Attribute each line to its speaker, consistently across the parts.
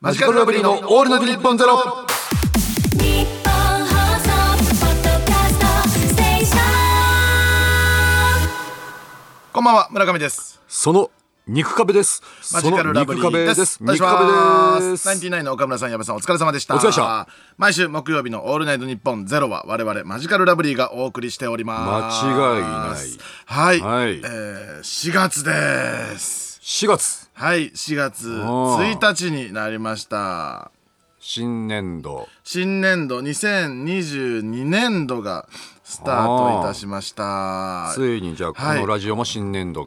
Speaker 1: マジカルラブリーのオールナイトニッポンゼロ。は
Speaker 2: 日本放送ポッドキャストステーション
Speaker 3: こんばんは、村上です。
Speaker 4: その肉壁です。
Speaker 3: マ
Speaker 4: そ
Speaker 3: ジ
Speaker 4: の
Speaker 3: カルラブリ
Speaker 4: 肉壁
Speaker 3: ー
Speaker 4: で
Speaker 3: ですす。。
Speaker 4: 肉壁で
Speaker 3: ナイン
Speaker 4: す
Speaker 3: ティ。ナインの岡村さん、矢部さん、お疲れ様でした。
Speaker 4: お疲れでした
Speaker 3: 毎週木曜日のオールナイトニッポンゼロは、我々マジカルラブリーがお送りしております。
Speaker 4: 間違いない。
Speaker 3: はい。
Speaker 4: はい
Speaker 3: えー、4月です。
Speaker 4: 4月
Speaker 3: はい、4月1日になりました。
Speaker 4: 新年度
Speaker 3: 新年度2022年度がスタートいたしました。
Speaker 4: ついにじゃあこ
Speaker 3: はい
Speaker 4: のラジオも新年度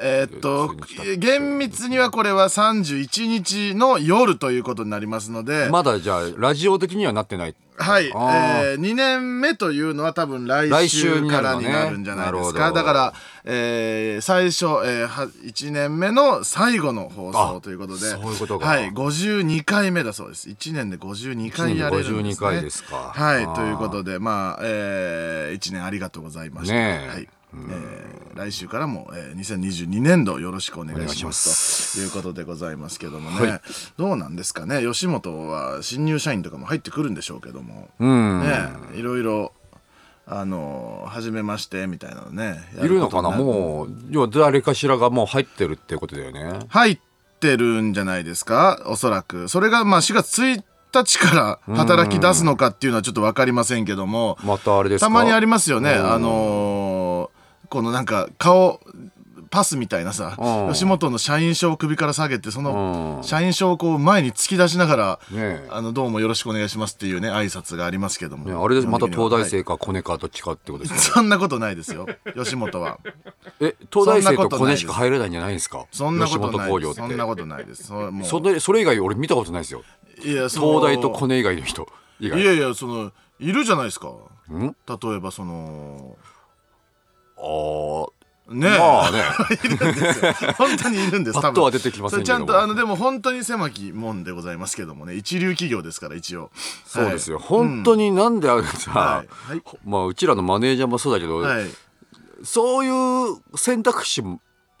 Speaker 3: えーっと厳密にはこれは31日の夜ということになりますので、
Speaker 4: まだじゃあラジオ的にはなってない。
Speaker 3: はい、え
Speaker 4: あー
Speaker 3: ー、2年目というのは多分来
Speaker 4: 来
Speaker 3: 週
Speaker 4: 週に
Speaker 3: か
Speaker 4: な
Speaker 3: ら
Speaker 4: るの
Speaker 3: に
Speaker 4: ね
Speaker 3: なるんじゃないですか
Speaker 4: なるほ
Speaker 3: だ
Speaker 4: ど
Speaker 3: から、えー最初、えーは1年目の最後の放送
Speaker 4: あ
Speaker 3: ということで
Speaker 4: そういうことか
Speaker 3: はい、52回目だそうです1年で52回やれるんです、ね、
Speaker 4: 52回ですか
Speaker 3: はい
Speaker 4: あー
Speaker 3: ということでまあ、え1年ありがとうございました、
Speaker 4: ねえ
Speaker 3: はいえー来週からも、えー2022年度よろしくお願いします
Speaker 4: お願いしま
Speaker 3: ということでございますけどもね、どうなんですかね吉本は新入社員とかも入ってくるんでしょうけども、
Speaker 4: うん。
Speaker 3: ねいろいろあの初めましてみたいなのね
Speaker 4: いるのかな
Speaker 3: やことにる
Speaker 4: もう要は誰かしらがもう入ってるってことだよね。
Speaker 3: 入ってるんじゃないですかおそらくそれがまあ4月1日から働き出すのかっていうのはちょっと分かりませんけども
Speaker 4: またあれですか。
Speaker 3: たまにありますよね
Speaker 4: うん
Speaker 3: あのーこのなんか顔パスみたいなさ
Speaker 4: うん
Speaker 3: 吉本の社員証を首から下げてその
Speaker 4: うん
Speaker 3: 社員証をこう前に突き出しながら「
Speaker 4: ねえ
Speaker 3: あのどうもよろしくお願いします」っていうね挨拶がありますけども、
Speaker 4: ねあれですまた
Speaker 3: 基本
Speaker 4: 東
Speaker 3: 的には
Speaker 4: 大生かコネかどっちかってことですか。
Speaker 3: そんなことないですよ、吉本は。
Speaker 4: え東大
Speaker 3: そんな
Speaker 4: 生
Speaker 3: ことと
Speaker 4: コ
Speaker 3: ないで
Speaker 4: ネ
Speaker 3: す
Speaker 4: しか入れないんじゃないですか。
Speaker 3: そんなこと
Speaker 4: 吉
Speaker 3: な
Speaker 4: 本
Speaker 3: いで
Speaker 4: 興業
Speaker 3: す。
Speaker 4: って。
Speaker 3: そんなことないです。それもう
Speaker 4: それそれ以外俺見たことないですよ。
Speaker 3: いやその
Speaker 4: 東大とコネ以外の人以
Speaker 3: い
Speaker 4: 外。
Speaker 3: やいや、その、いるじゃないですか。
Speaker 4: ん
Speaker 3: 例えば、その。
Speaker 4: ああ。
Speaker 3: ねえ。
Speaker 4: まあね。
Speaker 3: いるんですよ本当にいるんです。
Speaker 4: パッとは出てきま
Speaker 3: そ
Speaker 4: せ
Speaker 3: れ
Speaker 4: んけ
Speaker 3: ちゃ
Speaker 4: ど
Speaker 3: ん
Speaker 4: も
Speaker 3: とあのでも本当に狭き門でございますけどもね一流企業ですから一応
Speaker 4: そうですよ、
Speaker 3: はい
Speaker 4: 本当になんであのさ、
Speaker 3: はいはい
Speaker 4: まあうちらのマネージャーもそうだけど、
Speaker 3: はい
Speaker 4: そういう選択肢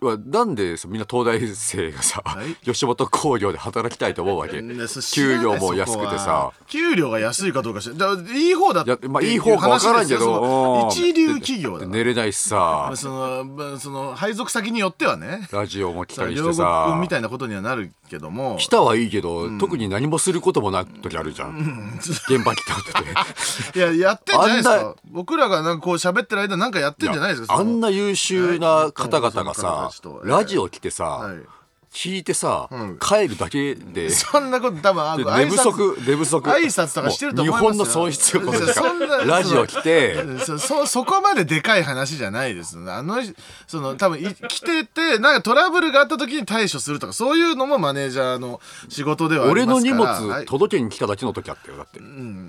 Speaker 4: はなんでさみんな東大生がさ、
Speaker 3: はい
Speaker 4: 吉本興業で働きたいと思うわけ、
Speaker 3: ねそ
Speaker 4: 給料も安
Speaker 3: 知ら
Speaker 4: くて
Speaker 3: ない
Speaker 4: さ
Speaker 3: そこは給料が安いかどうかしらだいい方だっ
Speaker 4: い
Speaker 3: て
Speaker 4: や、まあ、いい方か分からんけ
Speaker 3: いう話ですよ
Speaker 4: ど
Speaker 3: その一流企業だ
Speaker 4: で
Speaker 3: から
Speaker 4: 寝れないしさ
Speaker 3: そのまあその配属先によってはね
Speaker 4: ラジオも来たりし
Speaker 3: 両国
Speaker 4: てさ
Speaker 3: みたいなことにはなるけども
Speaker 4: 来たはいいけど、特に何もすることもない時あるじゃん、 現場来たってて
Speaker 3: いややってんじゃないです
Speaker 4: あん
Speaker 3: か
Speaker 4: な
Speaker 3: 僕らがなんかこう喋ってる間なんかやってんじゃないですか
Speaker 4: あん
Speaker 3: な
Speaker 4: な優秀な方々が
Speaker 3: はい
Speaker 4: さ
Speaker 3: その方々と
Speaker 4: ラジオ来てさ、
Speaker 3: はい
Speaker 4: 聞いてさ、
Speaker 3: ん
Speaker 4: 帰るだけ で
Speaker 3: そんなこと多分あ
Speaker 4: で
Speaker 3: 挨拶
Speaker 4: 寝不足寝不足
Speaker 3: 挨拶とかしてると思いますよ
Speaker 4: もう日本の損失よこの 時
Speaker 3: そんな
Speaker 4: 間ラジオ来て
Speaker 3: そ そそこまででかい話じゃないですよねあのその多分い来ててなんかトラブルがあった時に対処するとかそういうのもマネージャーの仕事ではあり
Speaker 4: 俺
Speaker 3: ま
Speaker 4: の
Speaker 3: すか
Speaker 4: 荷
Speaker 3: ら
Speaker 4: 物
Speaker 3: はい
Speaker 4: 届けに来ただけの時あったよだって、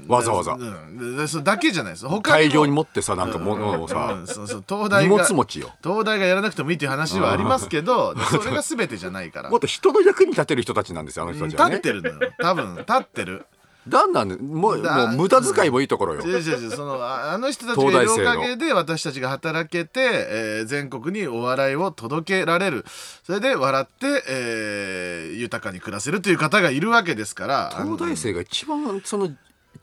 Speaker 4: わざわざ
Speaker 3: うん、でそれだけじゃないです他に
Speaker 4: 大
Speaker 3: も
Speaker 4: 量に持ってさなんか物を
Speaker 3: う
Speaker 4: さ
Speaker 3: ん、そうそう東大
Speaker 4: 荷
Speaker 3: が
Speaker 4: 物持ちよ
Speaker 3: 東大がやらなくてもいいっていう話はありますけどそれが全てじゃないから
Speaker 4: もっと人の役に立てる人たちなんですよあの人たち
Speaker 3: 立
Speaker 4: はね
Speaker 3: ってるのよ多分立ってる
Speaker 4: だんだんねもう
Speaker 3: だ
Speaker 4: もう無駄遣いもいいところよ
Speaker 3: 違う違う違うそのああの人たちがいるおかげで私たちが働けて、えー全国にお笑いを届けられるそれで笑って、えー豊かに暮らせるという方がいるわけですからあの
Speaker 4: 東大生が一番その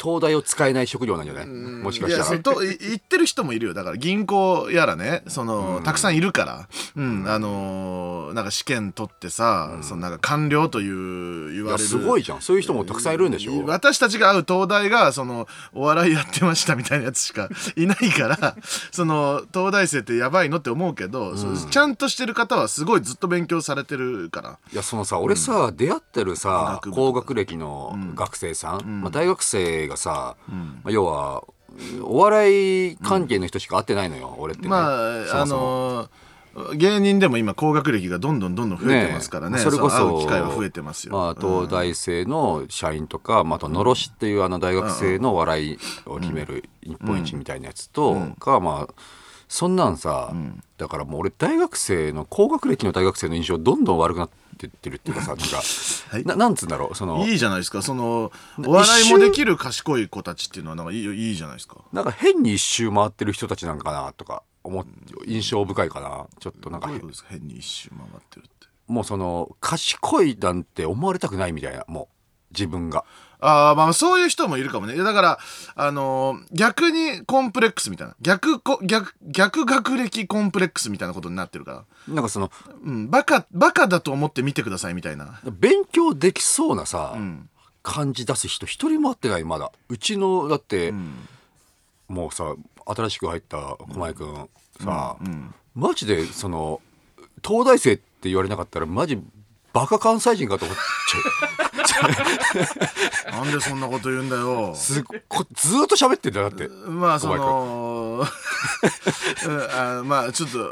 Speaker 4: 東大を使えない職業なんじゃないもしか
Speaker 3: いや
Speaker 4: した
Speaker 3: その
Speaker 4: ら
Speaker 3: とい行ってる人もいるよだから銀行やらねその、たくさんいるから、うんあのーなんか試験取ってさ、そのなんか官僚という言
Speaker 4: い
Speaker 3: われ
Speaker 4: や
Speaker 3: る
Speaker 4: すごいじゃんそういう人もたくさんいるんでしょ
Speaker 3: 私たちが会う東大がそのお笑いやってましたみたいなやつしか いないからその東大生ってやばいのって思うけど、そうちゃんとしてる方はすごいずっと勉強されてるから
Speaker 4: いやそのさ俺さ、出会ってるさ
Speaker 3: 学部
Speaker 4: 高学歴の学生さん、まあ、大学生がさ、まあ、要はお笑い関係の人しか会ってないのよ、俺って、ね、
Speaker 3: まあ
Speaker 4: そもそも
Speaker 3: あのー芸人でも今高学歴がどんどんどんどん増えてますからね
Speaker 4: えそれこ
Speaker 3: う
Speaker 4: そ
Speaker 3: 会う機会は増えてますよ、
Speaker 4: まあ、東大生の社員とか、まあ、あとのろしっていうあの大学生の笑いを決める日本一みたいなやつとか、まあそんなんさ、だからもう俺大学生の高学歴の大学生の印象どんどん悪くなってってるっていうかさなんか、
Speaker 3: はい
Speaker 4: ななんつうんだろうその
Speaker 3: いいじゃないですかそのお笑いもできる賢い子たちっていうのはなんかいいいいじゃないですか
Speaker 4: なんか変に一周回ってる人たちなんかなとか思っ印象深いかなちょっとなんか
Speaker 3: どういうことですか変に一周回ってるって
Speaker 4: もうその賢いなんて思われたくないみたいなも自分が
Speaker 3: あーまあそういう人もいるかもねいやだからあのー逆にコンプレックスみたいな逆こ逆逆学歴コンプレックスみたいなことになってるから、
Speaker 4: なんかその
Speaker 3: うん、バカバカだと思って見てくださいみたいな
Speaker 4: 勉強できそうなさ、感じ出す人一人も会ってないまだうちのだって、もうさ新しく入った駒井君さ、マジでその東大生って言われなかったらマジバカ関西人かと思っちゃう
Speaker 3: なんでそんなこと言うんだよ
Speaker 4: すっごずーっと喋ってんだよだって
Speaker 3: まあそ のうんあまあちょっとえ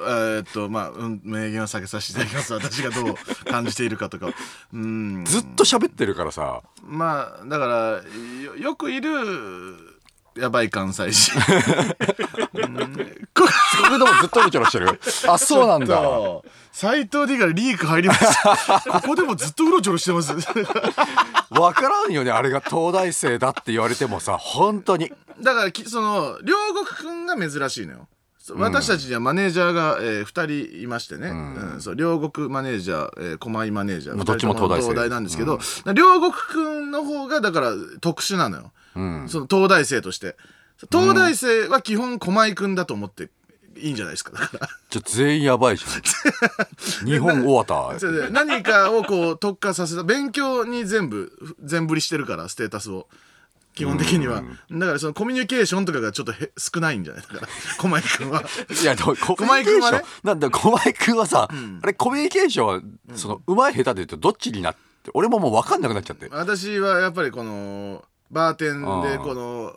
Speaker 3: ーっとまあ、うん、名言は避けさせていただきます私がどう感じているかとかうん
Speaker 4: ずっと喋ってるからさ
Speaker 3: まあだからよよくいるやばい関西人
Speaker 4: それでもずっと見ちょろしてる あそうなんだ
Speaker 3: 斎藤 D がリーク入りました ここでもずっとうろちょろしてます
Speaker 4: わからんよねあれが東大生だって言われてもさ本当に
Speaker 3: だからきその両国くんが珍しいのよそ私たちにはマネージャーが、え2人いましてね、うんそう両国マネージャー、えー、駒井マネージャ
Speaker 4: ま
Speaker 3: ー
Speaker 4: あどっちも東大
Speaker 3: 二
Speaker 4: 生
Speaker 3: 人ともなんですけど、両国くんの方がだから特殊なのよ、その東大生として東大生は基本駒井くんだと思っていいんじゃないですかだから
Speaker 4: ちょ全員やばいじ ゃん日本終わった
Speaker 3: それで何かをこう特化させた勉強に全部全振りしてるからステータスを基本的にはだからそのコミュニケーションとかがちょっとへ少ないんじゃないだから駒井君は
Speaker 4: いやでもコミュ
Speaker 3: 駒
Speaker 4: ニ
Speaker 3: 井
Speaker 4: ケー
Speaker 3: 君
Speaker 4: シ
Speaker 3: は
Speaker 4: ョン、
Speaker 3: ね
Speaker 4: なんだ小前君はさ、あれコミュニケーションはそのうまい下手で言うとどっちになって俺ももう分かんなくなっちゃって
Speaker 3: 私はやっぱりこのバーテン
Speaker 4: あ
Speaker 3: で
Speaker 4: あ
Speaker 3: この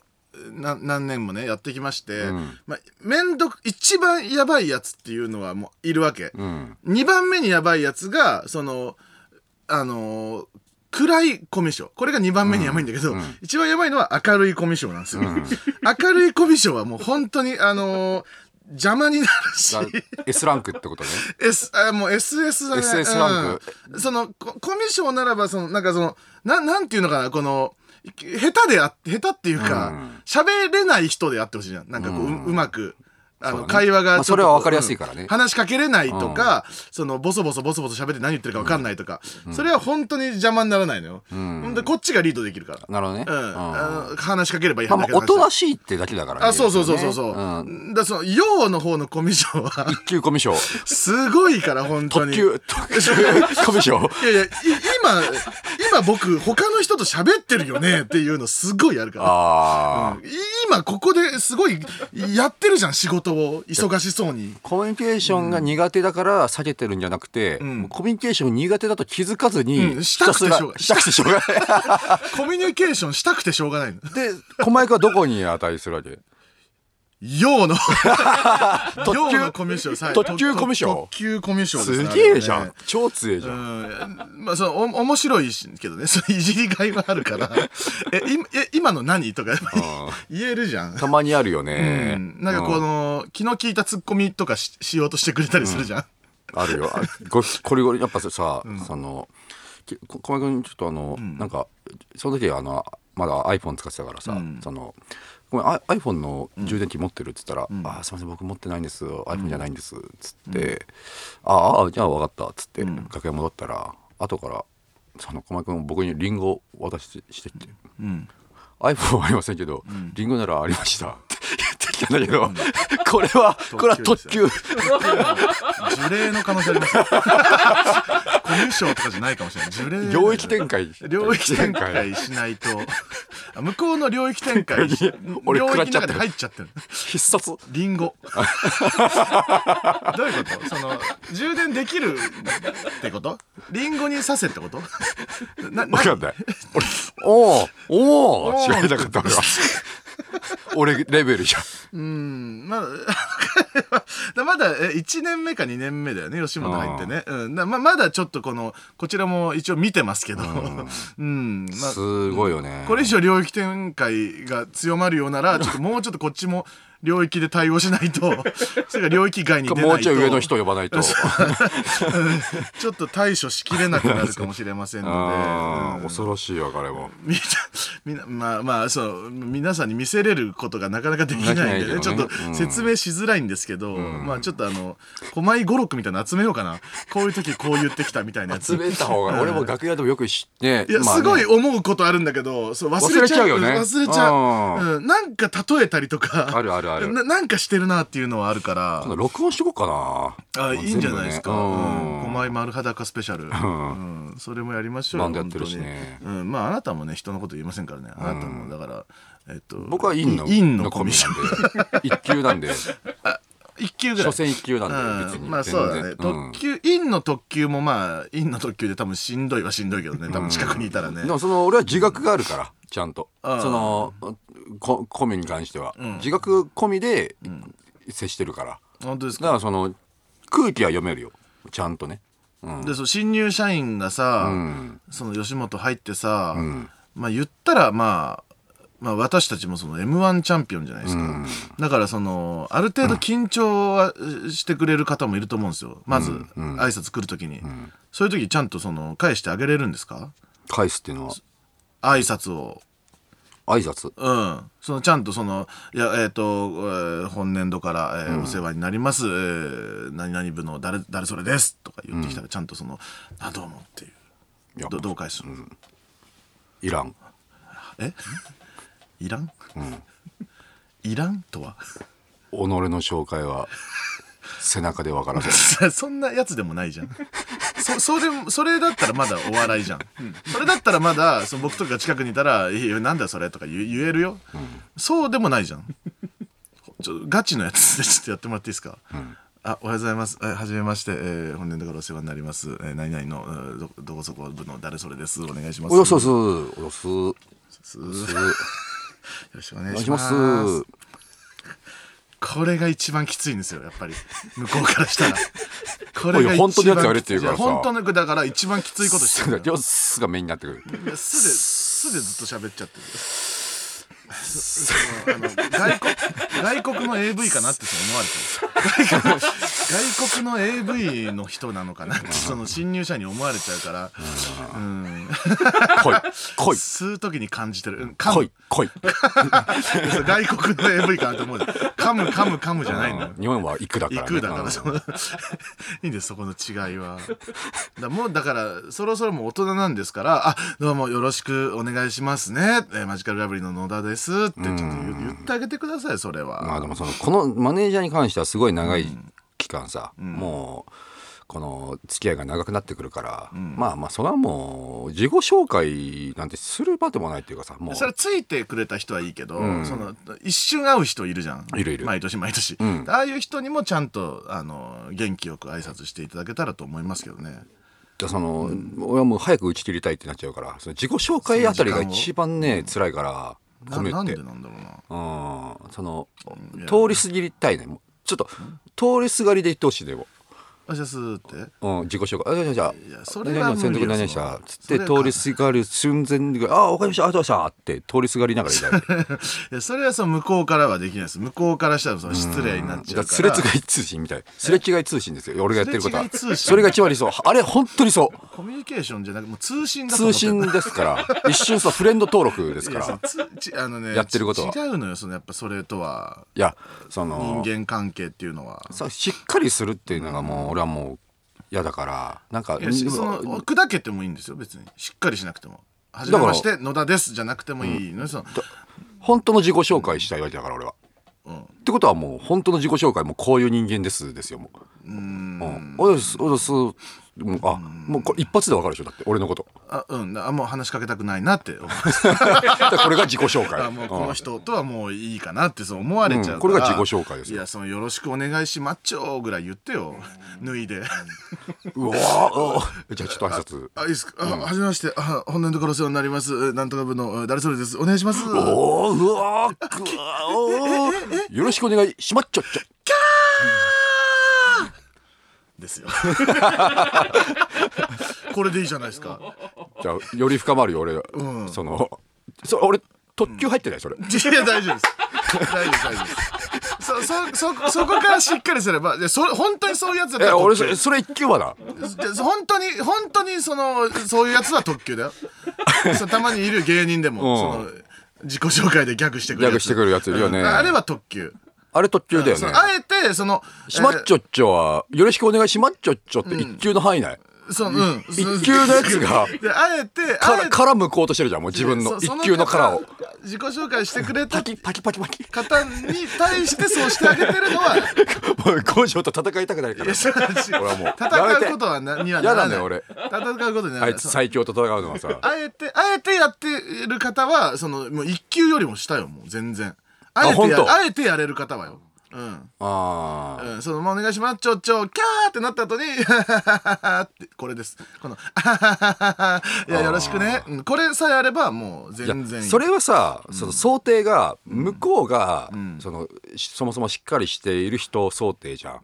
Speaker 3: な何年もねやってきまして、まあ、めんどく一番やばいやつっていうのはもういるわけ、
Speaker 4: ん
Speaker 3: 2番目にやばいやつがそのあのー暗いコミュ障これが2番目にやばいんだけど、一番やばいのは明るいコミュ障なんですよ、明るいコミュ障はもう本当にあのー邪魔になるし
Speaker 4: だ S ランクってことね
Speaker 3: S あもう SS だね
Speaker 4: SS ランク、
Speaker 3: うんそのココミュ障ならばそのなんかそのななんていうのかなこの下手であ下手っていう
Speaker 4: う
Speaker 3: か
Speaker 4: ん
Speaker 3: 喋、れない人であってほしいじゃんなんかこう、ううまく。あの
Speaker 4: そうだね
Speaker 3: 会話
Speaker 4: ま
Speaker 3: がちょっとこ
Speaker 4: あ
Speaker 3: う、
Speaker 4: それは分かりやすいからね
Speaker 3: うん話しかけれないとか、そのボソボソボソボソ喋って何言ってるか分かんないとか、それは本当に邪魔にならないのよ、ん、でこっちがリードできるから、
Speaker 4: なるほどね、
Speaker 3: うん
Speaker 4: うん
Speaker 3: あの話しかければいい
Speaker 4: まあま
Speaker 3: 話
Speaker 4: あおとなしいってだけだからね
Speaker 3: あそうそうそうそうそう、だ
Speaker 4: ん、
Speaker 3: からその陽の方のコミュ障は
Speaker 4: 一級コミュ障
Speaker 3: すごいから本当
Speaker 4: 特
Speaker 3: に
Speaker 4: 級特級コミュ障
Speaker 3: いやいや、い今、今僕、他の人と喋ってるよねっていうのすごいあるから。
Speaker 4: ああ、
Speaker 3: い今ここですごいやってるじゃん仕事を忙しそうに
Speaker 4: コミュニケーションが苦手だから避けてるんじゃなくて、
Speaker 3: ん
Speaker 4: コミュニケーション苦手だと気づかずに、
Speaker 3: うん
Speaker 4: ひ
Speaker 3: した
Speaker 4: た
Speaker 3: く
Speaker 4: す
Speaker 3: て
Speaker 4: ら
Speaker 3: しょうが
Speaker 4: したくてしょうが ない
Speaker 3: コミュニケーションしたくてしょうがないの
Speaker 4: で、小イクはどこに値するわけ
Speaker 3: 陽の
Speaker 4: 特
Speaker 3: 陽
Speaker 4: 級
Speaker 3: のコミュ障さ
Speaker 4: 特級コミュ障
Speaker 3: 特級コミュ障ですね
Speaker 4: すげえじゃ
Speaker 3: あれ
Speaker 4: ん。超強えじゃん。
Speaker 3: ねうんまあそのお面白いしけどね そのいじりがいはあるからえ今え今の何とか言えるじゃん
Speaker 4: たまにあるよ
Speaker 3: う
Speaker 4: ね。
Speaker 3: んなんかこ
Speaker 4: うん
Speaker 3: の、気の利いたツッコミとかししようとしてくれたりするじゃん。
Speaker 4: あるよ。あごこ れこれやっぱさ、その、きこ小林君ちょっとあの、なんか、その時あの、まだ iPhone 使ってたからさ、その、ごめん、I- iPhone の充電器持ってるっつったら、あーすいません、僕持ってないんです。iPhone じゃないんです。っつって、ああー、じゃあ分かった。っつって、楽屋戻ったら、後から、その小林君僕にリンゴを渡ししてきて、iPhone はありませんけど、リンゴならありましたって言ってきたんだけど、これは、これは特急。
Speaker 3: 呪霊の可能性ありますよ。コミュ障とかじゃないかもしれない。呪霊。
Speaker 4: 領域展開。
Speaker 3: 領域展開しないと。あ向こうの領域展開し
Speaker 4: 俺
Speaker 3: 領域
Speaker 4: 食ら
Speaker 3: の
Speaker 4: っちゃっ
Speaker 3: 中で
Speaker 4: た
Speaker 3: 入っちゃってる。
Speaker 4: 必殺。
Speaker 3: リンゴ。どういうことその、充電できるってことリンゴに刺せってこと な、
Speaker 4: わかん
Speaker 3: な
Speaker 4: ない。俺、おーお
Speaker 3: おー
Speaker 4: お知らなかった俺は。俺レベルじゃん。
Speaker 3: うんまだ まだえ1年目か2年目だよね吉本入ってね、うん、なままだちょっとこのこちらも一応見てますけど、うんます
Speaker 4: ごいよね。
Speaker 3: これ以上領域展開が強まるようならちょっともうちょっとこっちも領域で対応しないと それが領域外に出ないと
Speaker 4: もうちょい上の人呼ばないと。
Speaker 3: ちょっと対処しきれなくなるかもしれませんので、
Speaker 4: あ
Speaker 3: う
Speaker 4: ー
Speaker 3: ん
Speaker 4: 恐ろしいわ、彼も。
Speaker 3: 見たみんなまあまあそう皆さんに見せれることがなかなかできないんでね
Speaker 4: できないけ
Speaker 3: ち
Speaker 4: ど
Speaker 3: ょっ
Speaker 4: ね
Speaker 3: と説明しづらいんですけど、まあちょっとあの狛江五六みたいなの集めようかなこういう時こう言ってきたみたいなやつ
Speaker 4: 集めた方が俺も楽屋でもよく知って
Speaker 3: いや、
Speaker 4: まあね
Speaker 3: すごい思うことあるんだけど、そう忘れちゃう
Speaker 4: 忘れちゃうよね
Speaker 3: 忘れちゃ
Speaker 4: う
Speaker 3: う。うん、なんか例えたりとか。
Speaker 4: あるあるある
Speaker 3: ななんかしてるなっていうのはあるから。
Speaker 4: 今度録音しとこうかな
Speaker 3: あいいんじゃないですか。
Speaker 4: 全部
Speaker 3: うん
Speaker 4: ね
Speaker 3: 五枚丸裸スペシャル。
Speaker 4: ん
Speaker 3: うんそれもやりましょうよ。
Speaker 4: バンドやってるしね
Speaker 3: 本当にうん、まああなたもね人のこと言いませんからね。あなたもだからえっと
Speaker 4: うん僕はインの
Speaker 3: インのコ
Speaker 4: コ
Speaker 3: ミ
Speaker 4: ミ
Speaker 3: ッション。
Speaker 4: なんで一級なんで
Speaker 3: 一級ぐらい
Speaker 4: 所。詮一級なんで別
Speaker 3: う
Speaker 4: に
Speaker 3: んまあそうだね
Speaker 4: 全然うん
Speaker 3: 特急インの特急もまあインの特急で多分しんどいはしんどいけどね多分近くにいたらね
Speaker 4: でもその俺は自覚があるからちゃんと
Speaker 3: ああ
Speaker 4: そのこコミに関しては、自覚込みで接してるから
Speaker 3: 本当ですか
Speaker 4: だからその空気は読めるよちゃんとね
Speaker 3: でそう新入社員がさ、その吉本入ってさ、まあ言ったらまあまあ、私たちもその m 1チャンピオンじゃないですか、だからそのある程度緊張はしてくれる方もいると思うんですよまず挨拶来る時に、そういう時ちゃんとその返してあげれるんですか
Speaker 4: 返すっていうのは
Speaker 3: 挨拶を
Speaker 4: 挨拶
Speaker 3: うん、そのちゃんとそのいやえっ、と、えー本年度から、えーお世話になります、えー何々部の誰誰それですとか言ってきたらちゃんとその「あどうも」っていう
Speaker 4: いや
Speaker 3: どどう返すの、
Speaker 4: いらん
Speaker 3: えいらん、いらんとは
Speaker 4: 己の紹介は背中で分からせる
Speaker 3: そんなやつでもないじゃんそそれそれだったらまだお笑いじゃん、それだったらまだその僕とか近くにいたら「いやなんだよそれ」とか言言えるよ、そうでもないじゃんちょガチのやつでちょっとやってもらっていいですか、あおはようございます。えはじめまして、えー本年度からお世話になります。えー何々のえーどどこそこ部の誰それです。お願いします。
Speaker 4: およそすおよすお
Speaker 3: すよろしくお願
Speaker 4: 願
Speaker 3: い
Speaker 4: い
Speaker 3: し
Speaker 4: し
Speaker 3: ま
Speaker 4: ますす。
Speaker 3: これが一番きついんですよやっぱり向こうからしたらこ
Speaker 4: おい本当のやつやれって言うからさ
Speaker 3: 本当のだから一番きついことして
Speaker 4: そう
Speaker 3: る
Speaker 4: だ
Speaker 3: んだよ
Speaker 4: よすがメインになってくる
Speaker 3: いや素で素でずっと喋っちゃってるそそのあの外国外国の AV かなってそう思われてる外国の外国の AV の人なのかなってその新入社に思われちゃうから
Speaker 4: 来い来い
Speaker 3: 吸う時に感じてるうん噛
Speaker 4: 来
Speaker 3: む
Speaker 4: い来い
Speaker 3: そう 外国の AV かなと思う噛む噛む噛むじゃないんだよ
Speaker 4: 日本は行くだから
Speaker 3: 行
Speaker 4: ね
Speaker 3: くだから
Speaker 4: うん
Speaker 3: その いいんですそこの違いはだもうだからそろそろもう大人なんですから「あどうもよろしくお願いしますね」えー「マジカルラブリーの野田です」ってちょっと言言ってあげてくださいそれ
Speaker 4: まあ
Speaker 3: は
Speaker 4: でもそのこのマネージャーに関してはすごい長い期間さ、もうこの付き合いが長くなってくるから、まあまあそれはもう自己紹介なんてする場でもないっていうかさもう
Speaker 3: それついてくれた人はいいけど、その一瞬会う人いるじゃん
Speaker 4: いるいる
Speaker 3: 毎年毎年、ああいう人にもちゃんとあの元気よく挨拶していただけたらと思いますけどね
Speaker 4: でその、俺はもう早く打ち切りたいってなっちゃうからその自己紹介あたりが一番ね辛いから
Speaker 3: な
Speaker 4: 米
Speaker 3: な
Speaker 4: っ
Speaker 3: ん
Speaker 4: て
Speaker 3: でなんだろうな
Speaker 4: うんその
Speaker 3: いや
Speaker 4: 通り過ぎたいねもうちょっと通りすがりで言ってほしいでも。
Speaker 3: 「あじゃあす」って
Speaker 4: うん、自己紹介。あ、じゃあじゃあ
Speaker 3: いや
Speaker 4: じゃあ、
Speaker 3: それは無理よ
Speaker 4: 先何々した
Speaker 3: それ
Speaker 4: つって、
Speaker 3: それは
Speaker 4: 通りすがる寸前に、あ、わかりました、ありがとうございましたって、通りすがりながら言いたい。
Speaker 3: いやそれはその向こうからはできないです向こうからしたらその 失礼になっちゃう
Speaker 4: だ
Speaker 3: か
Speaker 4: かららすれ違い通信みたいすれ違い通信ですよ俺がやってることは
Speaker 3: すれ違い通信
Speaker 4: それが一番理想あれ本当にそう
Speaker 3: コミュニケーションじゃなくもう通信だと思
Speaker 4: 通
Speaker 3: ってる
Speaker 4: 信ですから一瞬さフレンド登録です
Speaker 3: い
Speaker 4: か
Speaker 3: やそ
Speaker 4: ら
Speaker 3: のつちあのね
Speaker 4: やってることは
Speaker 3: 違うのよそのやっぱそれとはい
Speaker 4: やそ
Speaker 3: 人
Speaker 4: の
Speaker 3: 間関係っていうのは
Speaker 4: さしっかりするっていうのがもう俺はもう嫌だからなんか
Speaker 3: いやしその砕けてもいいんですよ別にしっかりしなくても「はじめまして野田です」じゃなくてもいいのよその
Speaker 4: 本当の自己紹介したいわけだから俺は。ってことはもう本当の自己紹介もこういう人間ですですよもう。うん。おですおです。もうあもうこれ一発でわかるでしょだって俺のこと。
Speaker 3: あうんあもう話しかけたくないなって 思います
Speaker 4: だからこれが自己紹介。
Speaker 3: あもうこの
Speaker 4: うん
Speaker 3: 人とはもういいかなってそう思われちゃうから、
Speaker 4: うんこれが自己紹介ですよ
Speaker 3: いやその「よろしくお願いしまっちょ」ぐらい言ってよ脱いで。
Speaker 4: うわーうんじゃあちょっと挨拶。
Speaker 3: あ、いいですか。あ、はじめまして。あ、本年度からお世話になります。えなんとか部のえ誰それです。お願いします。お
Speaker 4: おーうわーくわーおーよろしくお願いしまっちょっちょ。
Speaker 3: ですよ。 これでいいじゃないですか。
Speaker 4: じゃあより深まるよ俺、そのそ俺特急入ってないそれ。
Speaker 3: いや、大丈夫です。大丈夫です、大丈夫です。そそそそこからしっかりすればでそ本当にそういうやつだった
Speaker 4: え
Speaker 3: ら
Speaker 4: 俺
Speaker 3: 特
Speaker 4: そ
Speaker 3: 急
Speaker 4: れそれ一級はだ
Speaker 3: で本当に本当にそのそういうやつは特急だよそうたまにいる芸人でも、
Speaker 4: うん
Speaker 3: その自己紹介で逆してくる
Speaker 4: 逆してくるやついるよね
Speaker 3: うんあれは特急
Speaker 4: あれ特急だよ
Speaker 3: そ
Speaker 4: ね
Speaker 3: のあえてその
Speaker 4: しまっち
Speaker 3: ょ
Speaker 4: ょっちょはよろしくお願いしまっちょっちょって一級の範囲内
Speaker 3: そのうん
Speaker 4: 一級のやつが
Speaker 3: であえて
Speaker 4: か
Speaker 3: あえ
Speaker 4: ら
Speaker 3: て
Speaker 4: から向こうとしてるじゃんもう自分の
Speaker 3: そ
Speaker 4: 一級の殻を
Speaker 3: 方自己紹介してくれた
Speaker 4: パキパキパキパキ
Speaker 3: 方に対してそうしてあげてるの は
Speaker 4: もう五条と戦いたくないから
Speaker 3: そうだし
Speaker 4: 俺はもうやめ
Speaker 3: 戦
Speaker 4: て
Speaker 3: うことはなにはな
Speaker 4: 嫌
Speaker 3: らな
Speaker 4: なの
Speaker 3: い
Speaker 4: よ俺
Speaker 3: 戦うことにはならな
Speaker 4: あいつ最強と戦うのはさ
Speaker 3: あえて、あえてやってる方は、その、もう一級よりも下よ、もう全然。あえて
Speaker 4: 本
Speaker 3: や、
Speaker 4: 当
Speaker 3: あえてやれる方はよ。うん。
Speaker 4: あ
Speaker 3: うん、その、まあお願いします、ちょ、ちょ、キャーってなった後に、 ははははって、これです。この、 あははははいや、よろしくね。うんこれさえあれば、もう全
Speaker 4: ー
Speaker 3: 然いい。
Speaker 4: それはさその想定が向こうがそのしそもそもしっかりしている人想定じゃん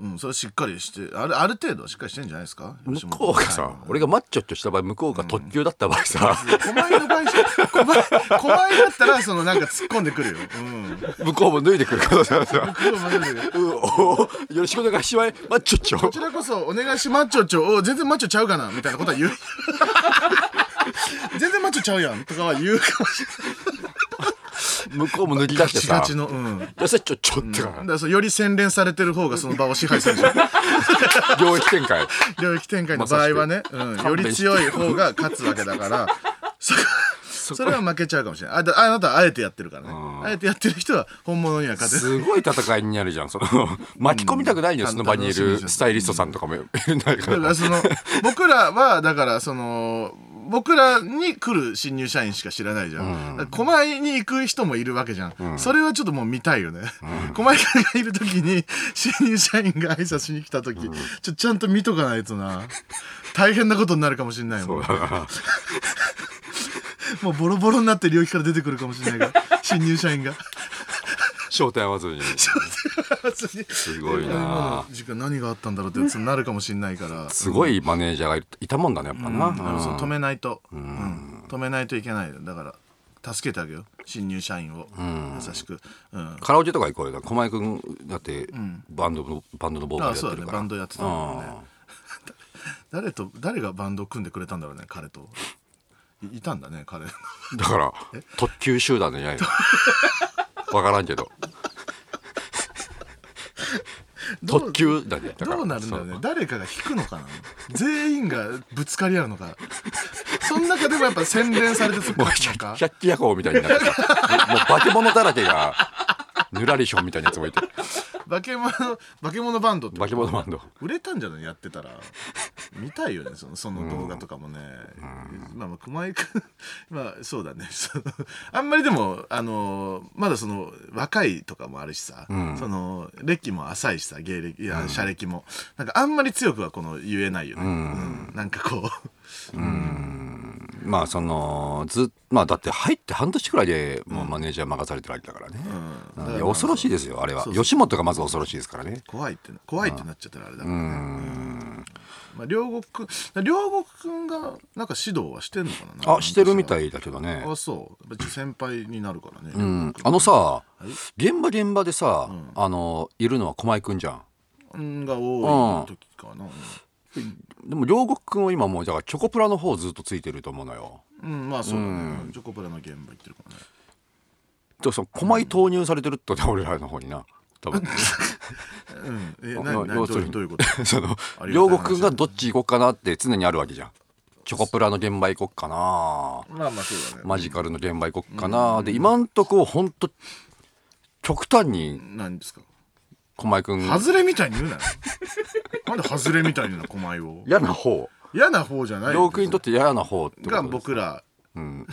Speaker 3: うん、それしっかりして、ある、ある程度はしっかりしてんじゃないですか
Speaker 4: 向こうがさ俺がマッチョっちょした場合向こうが特急だった場合さ
Speaker 3: 小前の会社、小前、小前だったら、その、なんか突っ込んでくるよ。うん。
Speaker 4: 向こうも脱いでくるからさ
Speaker 3: こ
Speaker 4: 「うおよろしくお願いしますマッチョっちょ」
Speaker 3: ちらこそ、お願いしマッチョちょ、お全然マッチョちゃうかなみたいなことは言う。 全然マッチョちゃうやんとかは言うかもしれない。
Speaker 4: 向こうも脱ぎ出して
Speaker 3: ガ
Speaker 4: さ
Speaker 3: チの。うん。だか
Speaker 4: 「痩せちょっちょ」ってから
Speaker 3: らそうより洗練されてる方がその場を支配するじゃん。
Speaker 4: 領域展 開
Speaker 3: 領域展開の場合はね、うん、より強い方が勝つわけだから、そそれは負けちゃうかもしれない。あだあなたはあえてやってるからね。あえてやってる人は本物には勝てない。
Speaker 4: すごい戦いになるじゃんそ の巻き込みたくないんだよその場にいるスタイリストさんとかもいるんだか
Speaker 3: だかららその 僕らはだからその僕らに来る新入社員しか知らないじゃん、だから狛江に行く人もいるわけじゃん、それはちょっともう見たいよね、狛江君がいる時に新入社員が挨拶しに来た時、ちょちゃんと見とかないとな大変なことになるかもしれないもん もうボロボロになって領域から出てくるかもしれないから新入社 員が
Speaker 4: 焦点合わ ずに
Speaker 3: す
Speaker 4: ごいな
Speaker 3: 時間何があったんだろうってやつになるかもしれないから
Speaker 4: すごいマネージャーがいいたもんだねやっぱな、
Speaker 3: だからその止めないと、うん止めないといけないだから助けてあげよう新入社員を、優しく、うん、
Speaker 4: カラオケとか行こうよ駒井君だってバンドのバンドのボー
Speaker 3: あ
Speaker 4: カ
Speaker 3: あ
Speaker 4: ル
Speaker 3: そ
Speaker 4: や
Speaker 3: う
Speaker 4: って
Speaker 3: だねバ
Speaker 4: るから
Speaker 3: ンドやってたもんね誰と誰がバンド組んでくれたんだろうね彼といいたんだね彼
Speaker 4: うんだから特急集団じゃないの わからんけど
Speaker 3: どう
Speaker 4: 特急だねだから
Speaker 3: どうなるんだろうね誰かが弾くのかな全員がぶつかり合うのかその中でもやっぱ洗練されてつ
Speaker 4: もう
Speaker 3: のか
Speaker 4: 百鬼夜行みたいになってたもう化け物だらけがぬらりひょんみたいなやつもいて
Speaker 3: 化け物化け物バンドって
Speaker 4: 化け物バンド
Speaker 3: 売れたんじゃないやってたら見たいよねそのその動画とかもね、まあまあ熊井君まあそうだね そのあんまりでもあのまだその若いとかもあるしさ、その歴も浅いしさ芸歴いや社歴も、なんかあんまり強くはこの言えないよね、うん なんかこ
Speaker 4: まあそのずまあだって入って半年くらいでもうマネージャー任されてるわけだからね、なんで恐ろしいですよあれは
Speaker 3: そうそう
Speaker 4: 吉本がまず恐ろしいですからね
Speaker 3: う怖いってな怖いってなっちゃったらあれだからね、まあ、両国くん両国くんがなんか指導はしてんのかななんか
Speaker 4: あしてるみた
Speaker 3: い
Speaker 4: いだけどね
Speaker 3: あそう別に先輩になるからね、
Speaker 4: うんあのさ現場現場でさ、あのいるのは駒井くんじゃん
Speaker 3: うんが多い時かな、
Speaker 4: でも両国くんは今もうだからチョコプラの方ずっとついてると思うのよ
Speaker 3: うん、まあそうだね、チョコプラの現場行ってるからね
Speaker 4: でその駒井投入されてるってことだ俺らの方にな 多分
Speaker 3: うんえ
Speaker 4: あ
Speaker 3: 何
Speaker 4: まあ
Speaker 3: 何
Speaker 4: 要
Speaker 3: ど
Speaker 4: す
Speaker 3: う
Speaker 4: る
Speaker 3: いう
Speaker 4: に
Speaker 3: どういうこと
Speaker 4: その
Speaker 3: ありがたい話
Speaker 4: 両国くんがどっち行こうかなって常にあるわけじゃんチョコプラの現場行こうかな
Speaker 3: まあまあそうだね、
Speaker 4: マジカルの現場行こっかな、で今んとこほんと極端に
Speaker 3: 何ですか
Speaker 4: 駒井くん
Speaker 3: 外れみたいに言うなよなんで外れみたいに言うの狛江を
Speaker 4: 嫌な方
Speaker 3: 嫌な方じゃない
Speaker 4: 洋君にとって嫌な方ってこと
Speaker 3: が
Speaker 4: です
Speaker 3: 僕ら
Speaker 4: ん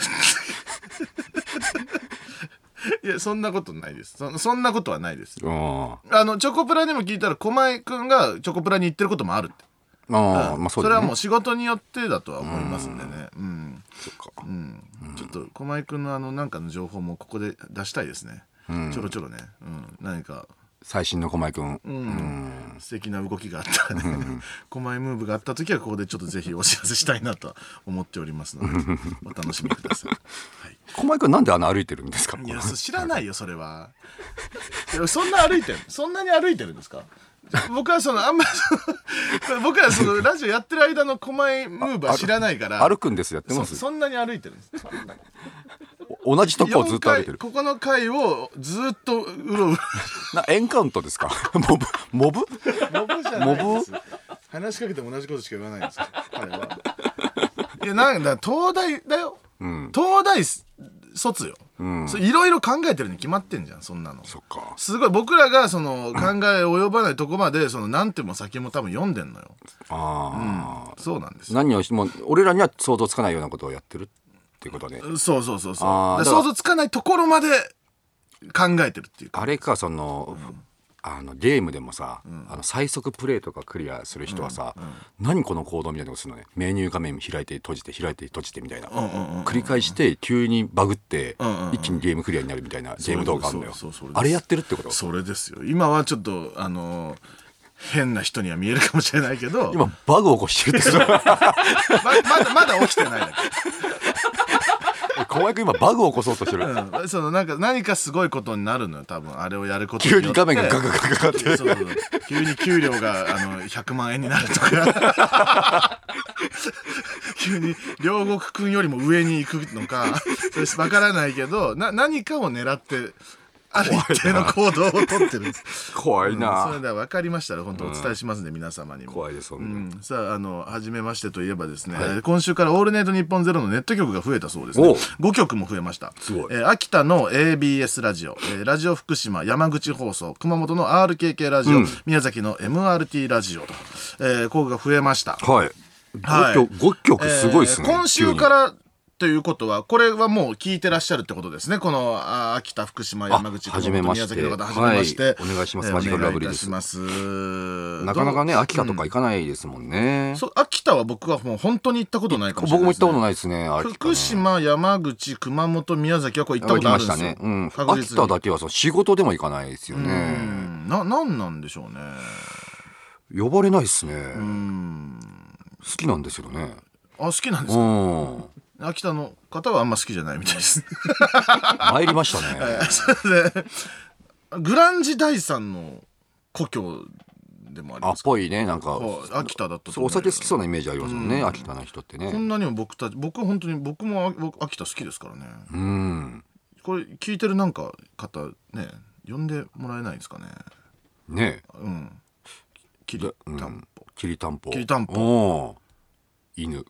Speaker 3: いやそんなことないですそそんなことはないです
Speaker 4: うん、うん
Speaker 3: あのチョコプラでも聞いたら狛江くんがチョコプラに行ってることもあるって
Speaker 4: まあ
Speaker 3: そ
Speaker 4: そうだ
Speaker 3: れ
Speaker 4: よ
Speaker 3: は
Speaker 4: ね
Speaker 3: もう仕事によってだとは思いますんでねうん
Speaker 4: そっか
Speaker 3: うんちょっと駒井君のあのなんかの情報もここで出したいですね。ちょろちょろね、うん、何か
Speaker 4: 最新の駒井君、ん、
Speaker 3: 素敵な動きがあ った狛江ムーブがあった時はここでちょっとぜひお知らせしたいなとは思っておりますの でお楽しみください。はい
Speaker 4: 駒井君なんであの歩いてるんですか
Speaker 3: いやそ知らないよそれはいやそんな歩いてるそんなに歩いてるんですか僕はそのあんまりその 僕はそのラジオやってる間の狛江ムーブは知らないから
Speaker 4: 歩くんですやってま
Speaker 3: そ
Speaker 4: す
Speaker 3: そんなに歩いてるんです
Speaker 4: お同じとこをずっと歩い
Speaker 3: 4
Speaker 4: て
Speaker 3: 回
Speaker 4: る
Speaker 3: ここの回をずっとうろうろ
Speaker 4: なエンカウントですか モブモブ
Speaker 3: モブじゃないです話しかけても同じことしか言わないんですよ彼はいやなんだ東大だよ、東大卒よ、それいろいろ考えてるに決まってんじゃんそんなの
Speaker 4: そっか
Speaker 3: すごい僕らがその考え及ばないとこまでその何手も先も多分読んでんのよ
Speaker 4: ああ、
Speaker 3: そうなんですよ
Speaker 4: 何をしても俺らには想像つかないようなことをやってるっていうことね、
Speaker 3: そうそうそうそ
Speaker 4: あ
Speaker 3: う
Speaker 4: ー
Speaker 3: で
Speaker 4: だか
Speaker 3: 想
Speaker 4: ら
Speaker 3: 像つかないところまで考えてるっていうか
Speaker 4: あれかその、あのゲームでもさ、あの最速プレイとかクリアする人はさ、何この行動みたいなことするのねメニュー画面開いて閉じて開いて閉じてみたいな、繰り返して急にバグって、一気にゲームクリアになるみたいなゲーム動画あるのよ
Speaker 3: そうそうそうそうです
Speaker 4: あれやってるってこと
Speaker 3: それですよ今はちょっとあの変な人には見えるかもしれないけど
Speaker 4: 今バグ起こしてるってこ
Speaker 3: ま
Speaker 4: と
Speaker 3: まだまだ起きてないだけ
Speaker 4: 小林君今バグ起こそうとしてる、
Speaker 3: うんそのなんか何かすごいことになるのよ多分あれをやることによって
Speaker 4: 急に画面がガガガガガって
Speaker 3: そうそうそう急に給料があの100万円になるとか 急に両国君よりも上に行くのかそれ分からないけどな何かを狙ってある一定の行動をとってるんです
Speaker 4: 怖いな、
Speaker 3: それでは分かりましたら本当お伝えしますんで、皆様にも。
Speaker 4: 怖いですほんと
Speaker 3: う
Speaker 4: に
Speaker 3: んさあ、あの、はじめましてといえばですね、えー今週からオールナイトニッポンゼロのネット局が増えたそうですね
Speaker 4: おう。
Speaker 3: 5局も増えました。
Speaker 4: すごい
Speaker 3: えー秋田の ABS ラジオ、えーラジオ福島、山口放送、熊本の RKK ラジオ、宮崎の MRT ラジオと、えー、ここが増えました。
Speaker 4: はい。
Speaker 3: はい
Speaker 4: 5曲、五曲すごいですね。。
Speaker 3: えー今週かららということは、これはもう聞いてらっしゃるってことですね。このあ秋田、福島、山口、
Speaker 4: あ初め
Speaker 3: 熊本
Speaker 4: ま
Speaker 3: 宮
Speaker 4: して
Speaker 3: 崎の方、はじめまして、
Speaker 4: はいお願いします
Speaker 3: えー
Speaker 4: マジカルラブリ
Speaker 3: お
Speaker 4: ー
Speaker 3: 願いい
Speaker 4: で
Speaker 3: た
Speaker 4: す
Speaker 3: します。
Speaker 4: なかなかね、
Speaker 3: どう
Speaker 4: 秋田とか行かないですもんね。
Speaker 3: そう秋田は僕はもう本当に行ったことないかもしれな
Speaker 4: 僕
Speaker 3: い
Speaker 4: も行ったこと
Speaker 3: い
Speaker 4: ないですね。秋田
Speaker 3: 福島山口熊本宮崎はこれ行ったこ
Speaker 4: 行き
Speaker 3: とあ
Speaker 4: ま
Speaker 3: るん
Speaker 4: し
Speaker 3: で
Speaker 4: た
Speaker 3: すよ、
Speaker 4: ね。うん。
Speaker 3: 確実
Speaker 4: 秋
Speaker 3: に
Speaker 4: 田だけはそう仕事でも行かないですよ
Speaker 3: う
Speaker 4: ね。
Speaker 3: んななんなんでしょうね
Speaker 4: 呼ばれないですね。好きなんですけどね。
Speaker 3: あ好きなんです
Speaker 4: う
Speaker 3: か
Speaker 4: ん。
Speaker 3: 秋田の方はあんま好きじゃないみたいですね
Speaker 4: 参りましたね。
Speaker 3: それでグランジ大さんの故郷でもあり
Speaker 4: あ
Speaker 3: ま
Speaker 4: っ
Speaker 3: すか
Speaker 4: ぽいね、なんか。
Speaker 3: はい秋田だったと
Speaker 4: そう
Speaker 3: 思
Speaker 4: お
Speaker 3: うけ
Speaker 4: 酒
Speaker 3: ど
Speaker 4: 好きそうなイメージありますもんね、秋田の人って
Speaker 3: こん
Speaker 4: ね。
Speaker 3: なにも僕たち僕は本当に僕もあ僕秋田好きですからね
Speaker 4: うん。
Speaker 3: これ聞いてるなんか方ね呼んでもらえないんですかね
Speaker 4: ね
Speaker 3: うんきり
Speaker 4: え。
Speaker 3: た
Speaker 4: うんんきりたんぽ。
Speaker 3: きりたんぽ
Speaker 4: ぽ。犬。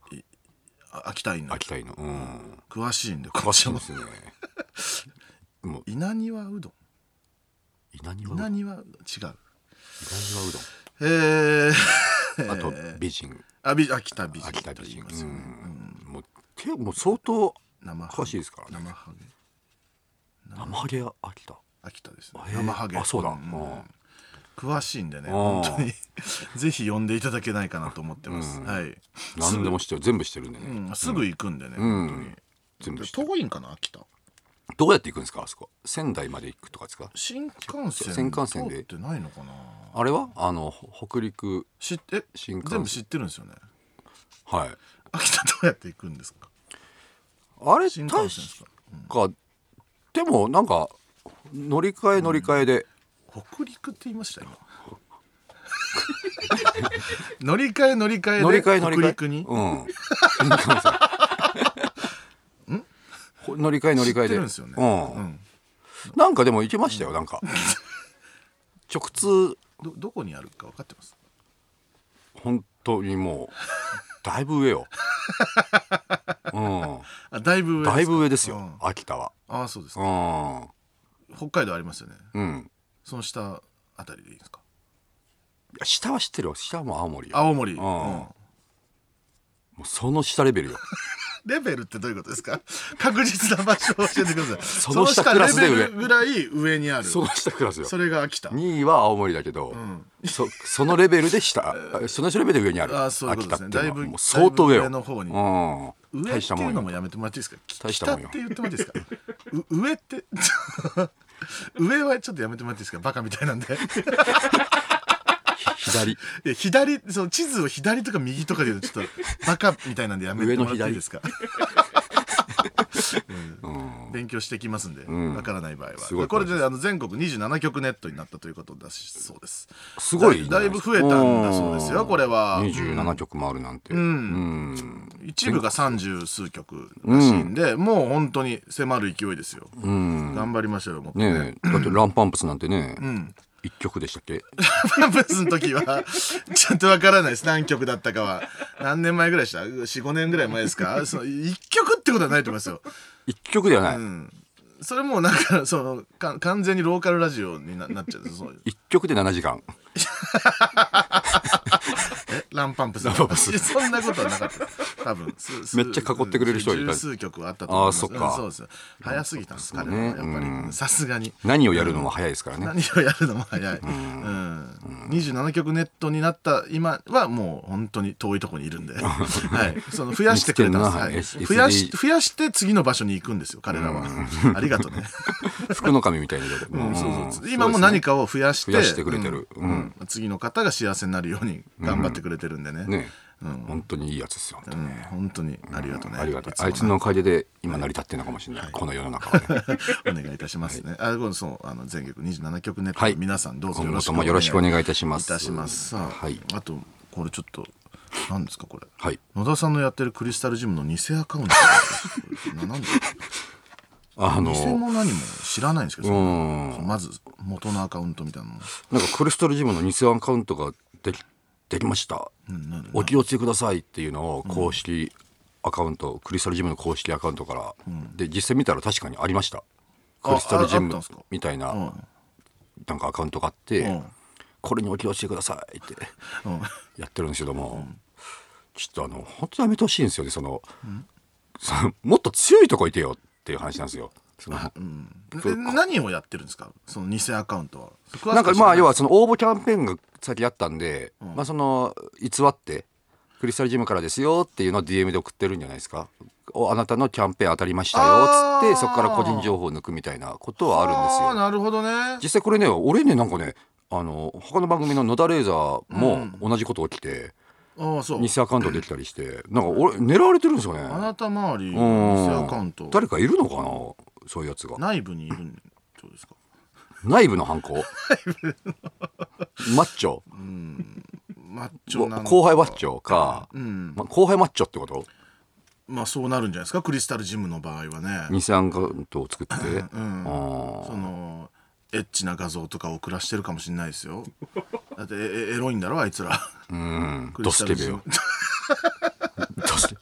Speaker 3: あ秋田犬
Speaker 4: 秋田犬。うん。
Speaker 3: 詳しいんで
Speaker 4: 詳しい
Speaker 3: こっちも
Speaker 4: ですね。
Speaker 3: 稲庭うどん
Speaker 4: 稲庭うど
Speaker 3: 稲庭うど
Speaker 4: ん。稲
Speaker 3: ん違う
Speaker 4: 庭うどん。
Speaker 3: えー、
Speaker 4: あと美人、
Speaker 3: あび秋田美人
Speaker 4: 秋田美人
Speaker 3: と言いますよね
Speaker 4: うんもうけもう相当
Speaker 3: 生ハゲ
Speaker 4: 詳しいですからね。
Speaker 3: 生ハゲ
Speaker 4: 生ハゲは秋田。
Speaker 3: 秋田ですね
Speaker 4: あへえ
Speaker 3: 生ハゲ
Speaker 4: あそうだ。
Speaker 3: ん
Speaker 4: うん
Speaker 3: 詳しいんでね
Speaker 4: あー
Speaker 3: 本当に ぜひ呼んでいただけないかなと思ってます、はい、
Speaker 4: 何でもしてる全部してるんで
Speaker 3: う
Speaker 4: ね。
Speaker 3: ん、すぐ行くんでね、
Speaker 4: うん。全部して
Speaker 3: 本当
Speaker 4: る。
Speaker 3: に遠いんかな秋田
Speaker 4: どうやって行くんですかあそこ。仙台まで行くとかですか。
Speaker 3: 新幹線
Speaker 4: 新幹線で
Speaker 3: 通ってないのかな
Speaker 4: あれはあのほ北陸
Speaker 3: 知って
Speaker 4: 新幹線
Speaker 3: 全部知ってるんですよね
Speaker 4: はい。
Speaker 3: 秋田どうやって行くんですか
Speaker 4: あれ
Speaker 3: 新
Speaker 4: 確
Speaker 3: 幹線ですか
Speaker 4: かでもなんか乗り換え乗り換えで。
Speaker 3: 北陸って言いました今 乗り換え乗り換えで
Speaker 4: 乗り換え乗り換え
Speaker 3: 北陸に、
Speaker 4: うん新幹線 ほ乗り換え乗り
Speaker 3: 知っ
Speaker 4: 換え
Speaker 3: て
Speaker 4: で
Speaker 3: るんですよね、
Speaker 4: うん
Speaker 3: うん
Speaker 4: なんかでも行けましたよなんか直通
Speaker 3: どどこにあるか分かってます
Speaker 4: 本当にもうだいぶ 上よ、う
Speaker 3: あだいぶ上です
Speaker 4: ん、
Speaker 3: か
Speaker 4: だいぶ上ですよ、
Speaker 3: うん
Speaker 4: 秋田は
Speaker 3: ああそうですか
Speaker 4: う
Speaker 3: 北海道ありますよね
Speaker 4: ん、うん、
Speaker 3: その下あたりでいいですか
Speaker 4: いや下は知ってるよ下はもう青森よ
Speaker 3: 青森、
Speaker 4: うん
Speaker 3: うん
Speaker 4: もうその下 レベルよ
Speaker 3: レベルってどういうことですか 確実な場所を教えてくださいそ
Speaker 4: の下クラスで
Speaker 3: の
Speaker 4: 上
Speaker 3: 下レベルぐらい上にある
Speaker 4: その下クラスよ
Speaker 3: それが秋田
Speaker 4: 2位は青森だけど、そそのレベルで下あそのレベルで上にある
Speaker 3: あそういうこと
Speaker 4: 秋
Speaker 3: です
Speaker 4: 田って
Speaker 3: ねだ
Speaker 4: いうのは
Speaker 3: いぶ
Speaker 4: もう相当上よ
Speaker 3: だいぶ上の方に
Speaker 4: うん、
Speaker 3: 上っていうの
Speaker 4: よ
Speaker 3: もやめてもらっていいですか
Speaker 4: 大した
Speaker 3: 北
Speaker 4: も
Speaker 3: っ
Speaker 4: ん
Speaker 3: て
Speaker 4: よ
Speaker 3: 言ってもらっていいですかう上って上はちょっとやめてもらっていいですかバカみたい なんでい
Speaker 4: 左
Speaker 3: や左その地図を左とか右とかで言うとちょっとバカみたいなんでやめてもらっていいですかうん勉強してきますんで、わからない場合
Speaker 4: すご
Speaker 3: は。
Speaker 4: い
Speaker 3: これであの全国27局ネットになったということだしそうです。
Speaker 4: すごい
Speaker 3: だいだいぶ増えたんだそうです
Speaker 4: う
Speaker 3: よ、
Speaker 4: ん
Speaker 3: これは。
Speaker 4: 27曲もあるなんて、うん
Speaker 3: 一部が30数曲らしいんで、もう本当に迫る勢いですよ。頑張りましょうよ、もっとね。
Speaker 4: ねえだってランパンプスなんてね、一1曲でしたっけ
Speaker 3: パンプスの時は、 ちょっとわからないです。何曲だったかは。何年前ぐらいでした ?4、5年ぐらい前ですかその一曲ってことはないと思いますよ。
Speaker 4: 一曲ではない、
Speaker 3: それもうなんか、その、か完全にローカルラジオにななっちゃう。そう
Speaker 4: 一曲で7時間
Speaker 3: えランパンプス。
Speaker 4: ンパンプス
Speaker 3: いやそんなことはなかった。多分。すす
Speaker 4: めっちゃ囲ってくれる人はいた
Speaker 3: 十数曲あったと思います。
Speaker 4: あーそっか
Speaker 3: うんそうですよ。早すぎたんです、彼は。
Speaker 4: ね
Speaker 3: やっぱり、さすがに。
Speaker 4: 何をやるのも早いですからね、
Speaker 3: 何をやるのも早い、うん27曲ネットになった今はもう本当に遠いとこにいるんで、はい、その増やしてくれたん
Speaker 4: 見
Speaker 3: で
Speaker 4: つ
Speaker 3: す、
Speaker 4: け
Speaker 3: は
Speaker 4: る
Speaker 3: い、増
Speaker 4: な
Speaker 3: や
Speaker 4: SD
Speaker 3: し増やして次の場所に行くんですよ彼らは、 ありがとうね、
Speaker 4: 福の神みたいな色で、
Speaker 3: うん
Speaker 4: うん
Speaker 3: そうそう
Speaker 4: そう
Speaker 3: 今も何かを増やして
Speaker 4: 増やしてくれてる
Speaker 3: うんうん次の方が幸せになるように頑張ってくれてるんでね,、
Speaker 4: ねえ、本当にいいやつですよ本当
Speaker 3: う
Speaker 4: に
Speaker 3: ん、本当にありがとうね、
Speaker 4: ありがたい
Speaker 3: つも
Speaker 4: あいつのおかげで今成り立ってるのかもしれない、この世の中はね
Speaker 3: お願いいたしますね。あ、このそうあの全曲27曲ネット
Speaker 4: はい
Speaker 3: の皆さんどうぞ
Speaker 4: 今後ともよろしくお願いいたします
Speaker 3: いたします。さあ、
Speaker 4: はい
Speaker 3: あとこれちょっと何ですかこれ。
Speaker 4: はい
Speaker 3: 野田さんのやってるクリスタルジムの偽アカウン ト。ななんで
Speaker 4: あの
Speaker 3: 偽も何も知らないんですけど、そ
Speaker 4: うん
Speaker 3: のまず元のアカウントみたいなの。
Speaker 4: なんかクリスタルジムの偽アカウントができできました、お気をつけくださいっていうのを公式アカウント、クリスタルジムの公式アカウントから、で実際見たら確かにありました
Speaker 3: あ
Speaker 4: クリスタルジ
Speaker 3: ああったん
Speaker 4: ム
Speaker 3: ですか
Speaker 4: みたいな、
Speaker 3: うん
Speaker 4: なんかアカウントがあって、
Speaker 3: うん
Speaker 4: これにお気をつけくださいって
Speaker 3: うん。
Speaker 4: やってるんですけども、ちょっとあの本当やめてほしいんですよねその,、そのもっと強いとこいてよっていう話なんですよ。その
Speaker 3: で何をやってるんですか。その偽アカウントは。詳しく
Speaker 4: なんか
Speaker 3: 知ら
Speaker 4: まあ要
Speaker 3: い
Speaker 4: はその応募キャンペーンが先あったんで、まあその偽ってクリスタルジムからですよっていうのを DM で送ってるんじゃないですか。おあなたのキャンペーン当たりましたよっつっ
Speaker 3: あー
Speaker 4: てそこから個人情報を抜くみたいなことはあるんです
Speaker 3: あ
Speaker 4: よ
Speaker 3: あ。なるほどね。
Speaker 4: 実際これね俺ねなんかねあの他の番組の野田レーザーも同じこと起きて、
Speaker 3: ああそう。
Speaker 4: 偽アカウントできたりしてなんか俺狙われてるんですよね。
Speaker 3: あなた周り
Speaker 4: う
Speaker 3: の偽
Speaker 4: ん
Speaker 3: アカウント
Speaker 4: 誰かいるのかなそういうやつが
Speaker 3: 内部にいるんそうですか。
Speaker 4: 内部の 犯行マッチョ
Speaker 3: マッチョなのか
Speaker 4: 後輩マッチョか、
Speaker 3: ん
Speaker 4: ま後輩マッチョってこと
Speaker 3: まあそうなるんじゃないですかクリスタルジムの場合はね
Speaker 4: 偽アカウントを作って、あー
Speaker 3: そのエッチな画像とか送らしてるかもしれないです よだってえエロいんだろあいつら
Speaker 4: うん
Speaker 3: ク
Speaker 4: ド
Speaker 3: リ
Speaker 4: ス
Speaker 3: スタ
Speaker 4: ケ
Speaker 3: ル
Speaker 4: ベ
Speaker 3: ジ
Speaker 4: よ
Speaker 3: ム
Speaker 4: ドスケ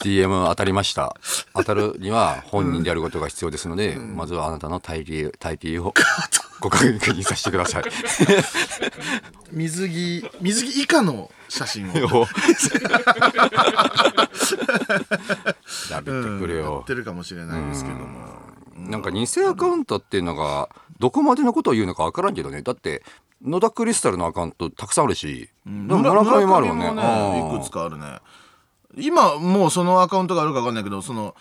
Speaker 4: DM 当たりました当たるには本人であることが必要ですので、まずはあなたの体型体型をご確認させてく ださい
Speaker 3: 水着水着以下の写真 を
Speaker 4: をやめてくれ
Speaker 3: や
Speaker 4: よ
Speaker 3: っ、てるかもしれないですけども
Speaker 4: なんか偽アカウントっていうのがどこまでのことを言うのか分からんけどねだって野田クリスタルのアカウントたくさんあるし、でも村上もあるもんね
Speaker 3: 村上もね
Speaker 4: うん
Speaker 3: いくつかあるね今もうそのアカウントがあるか分かんないけどその、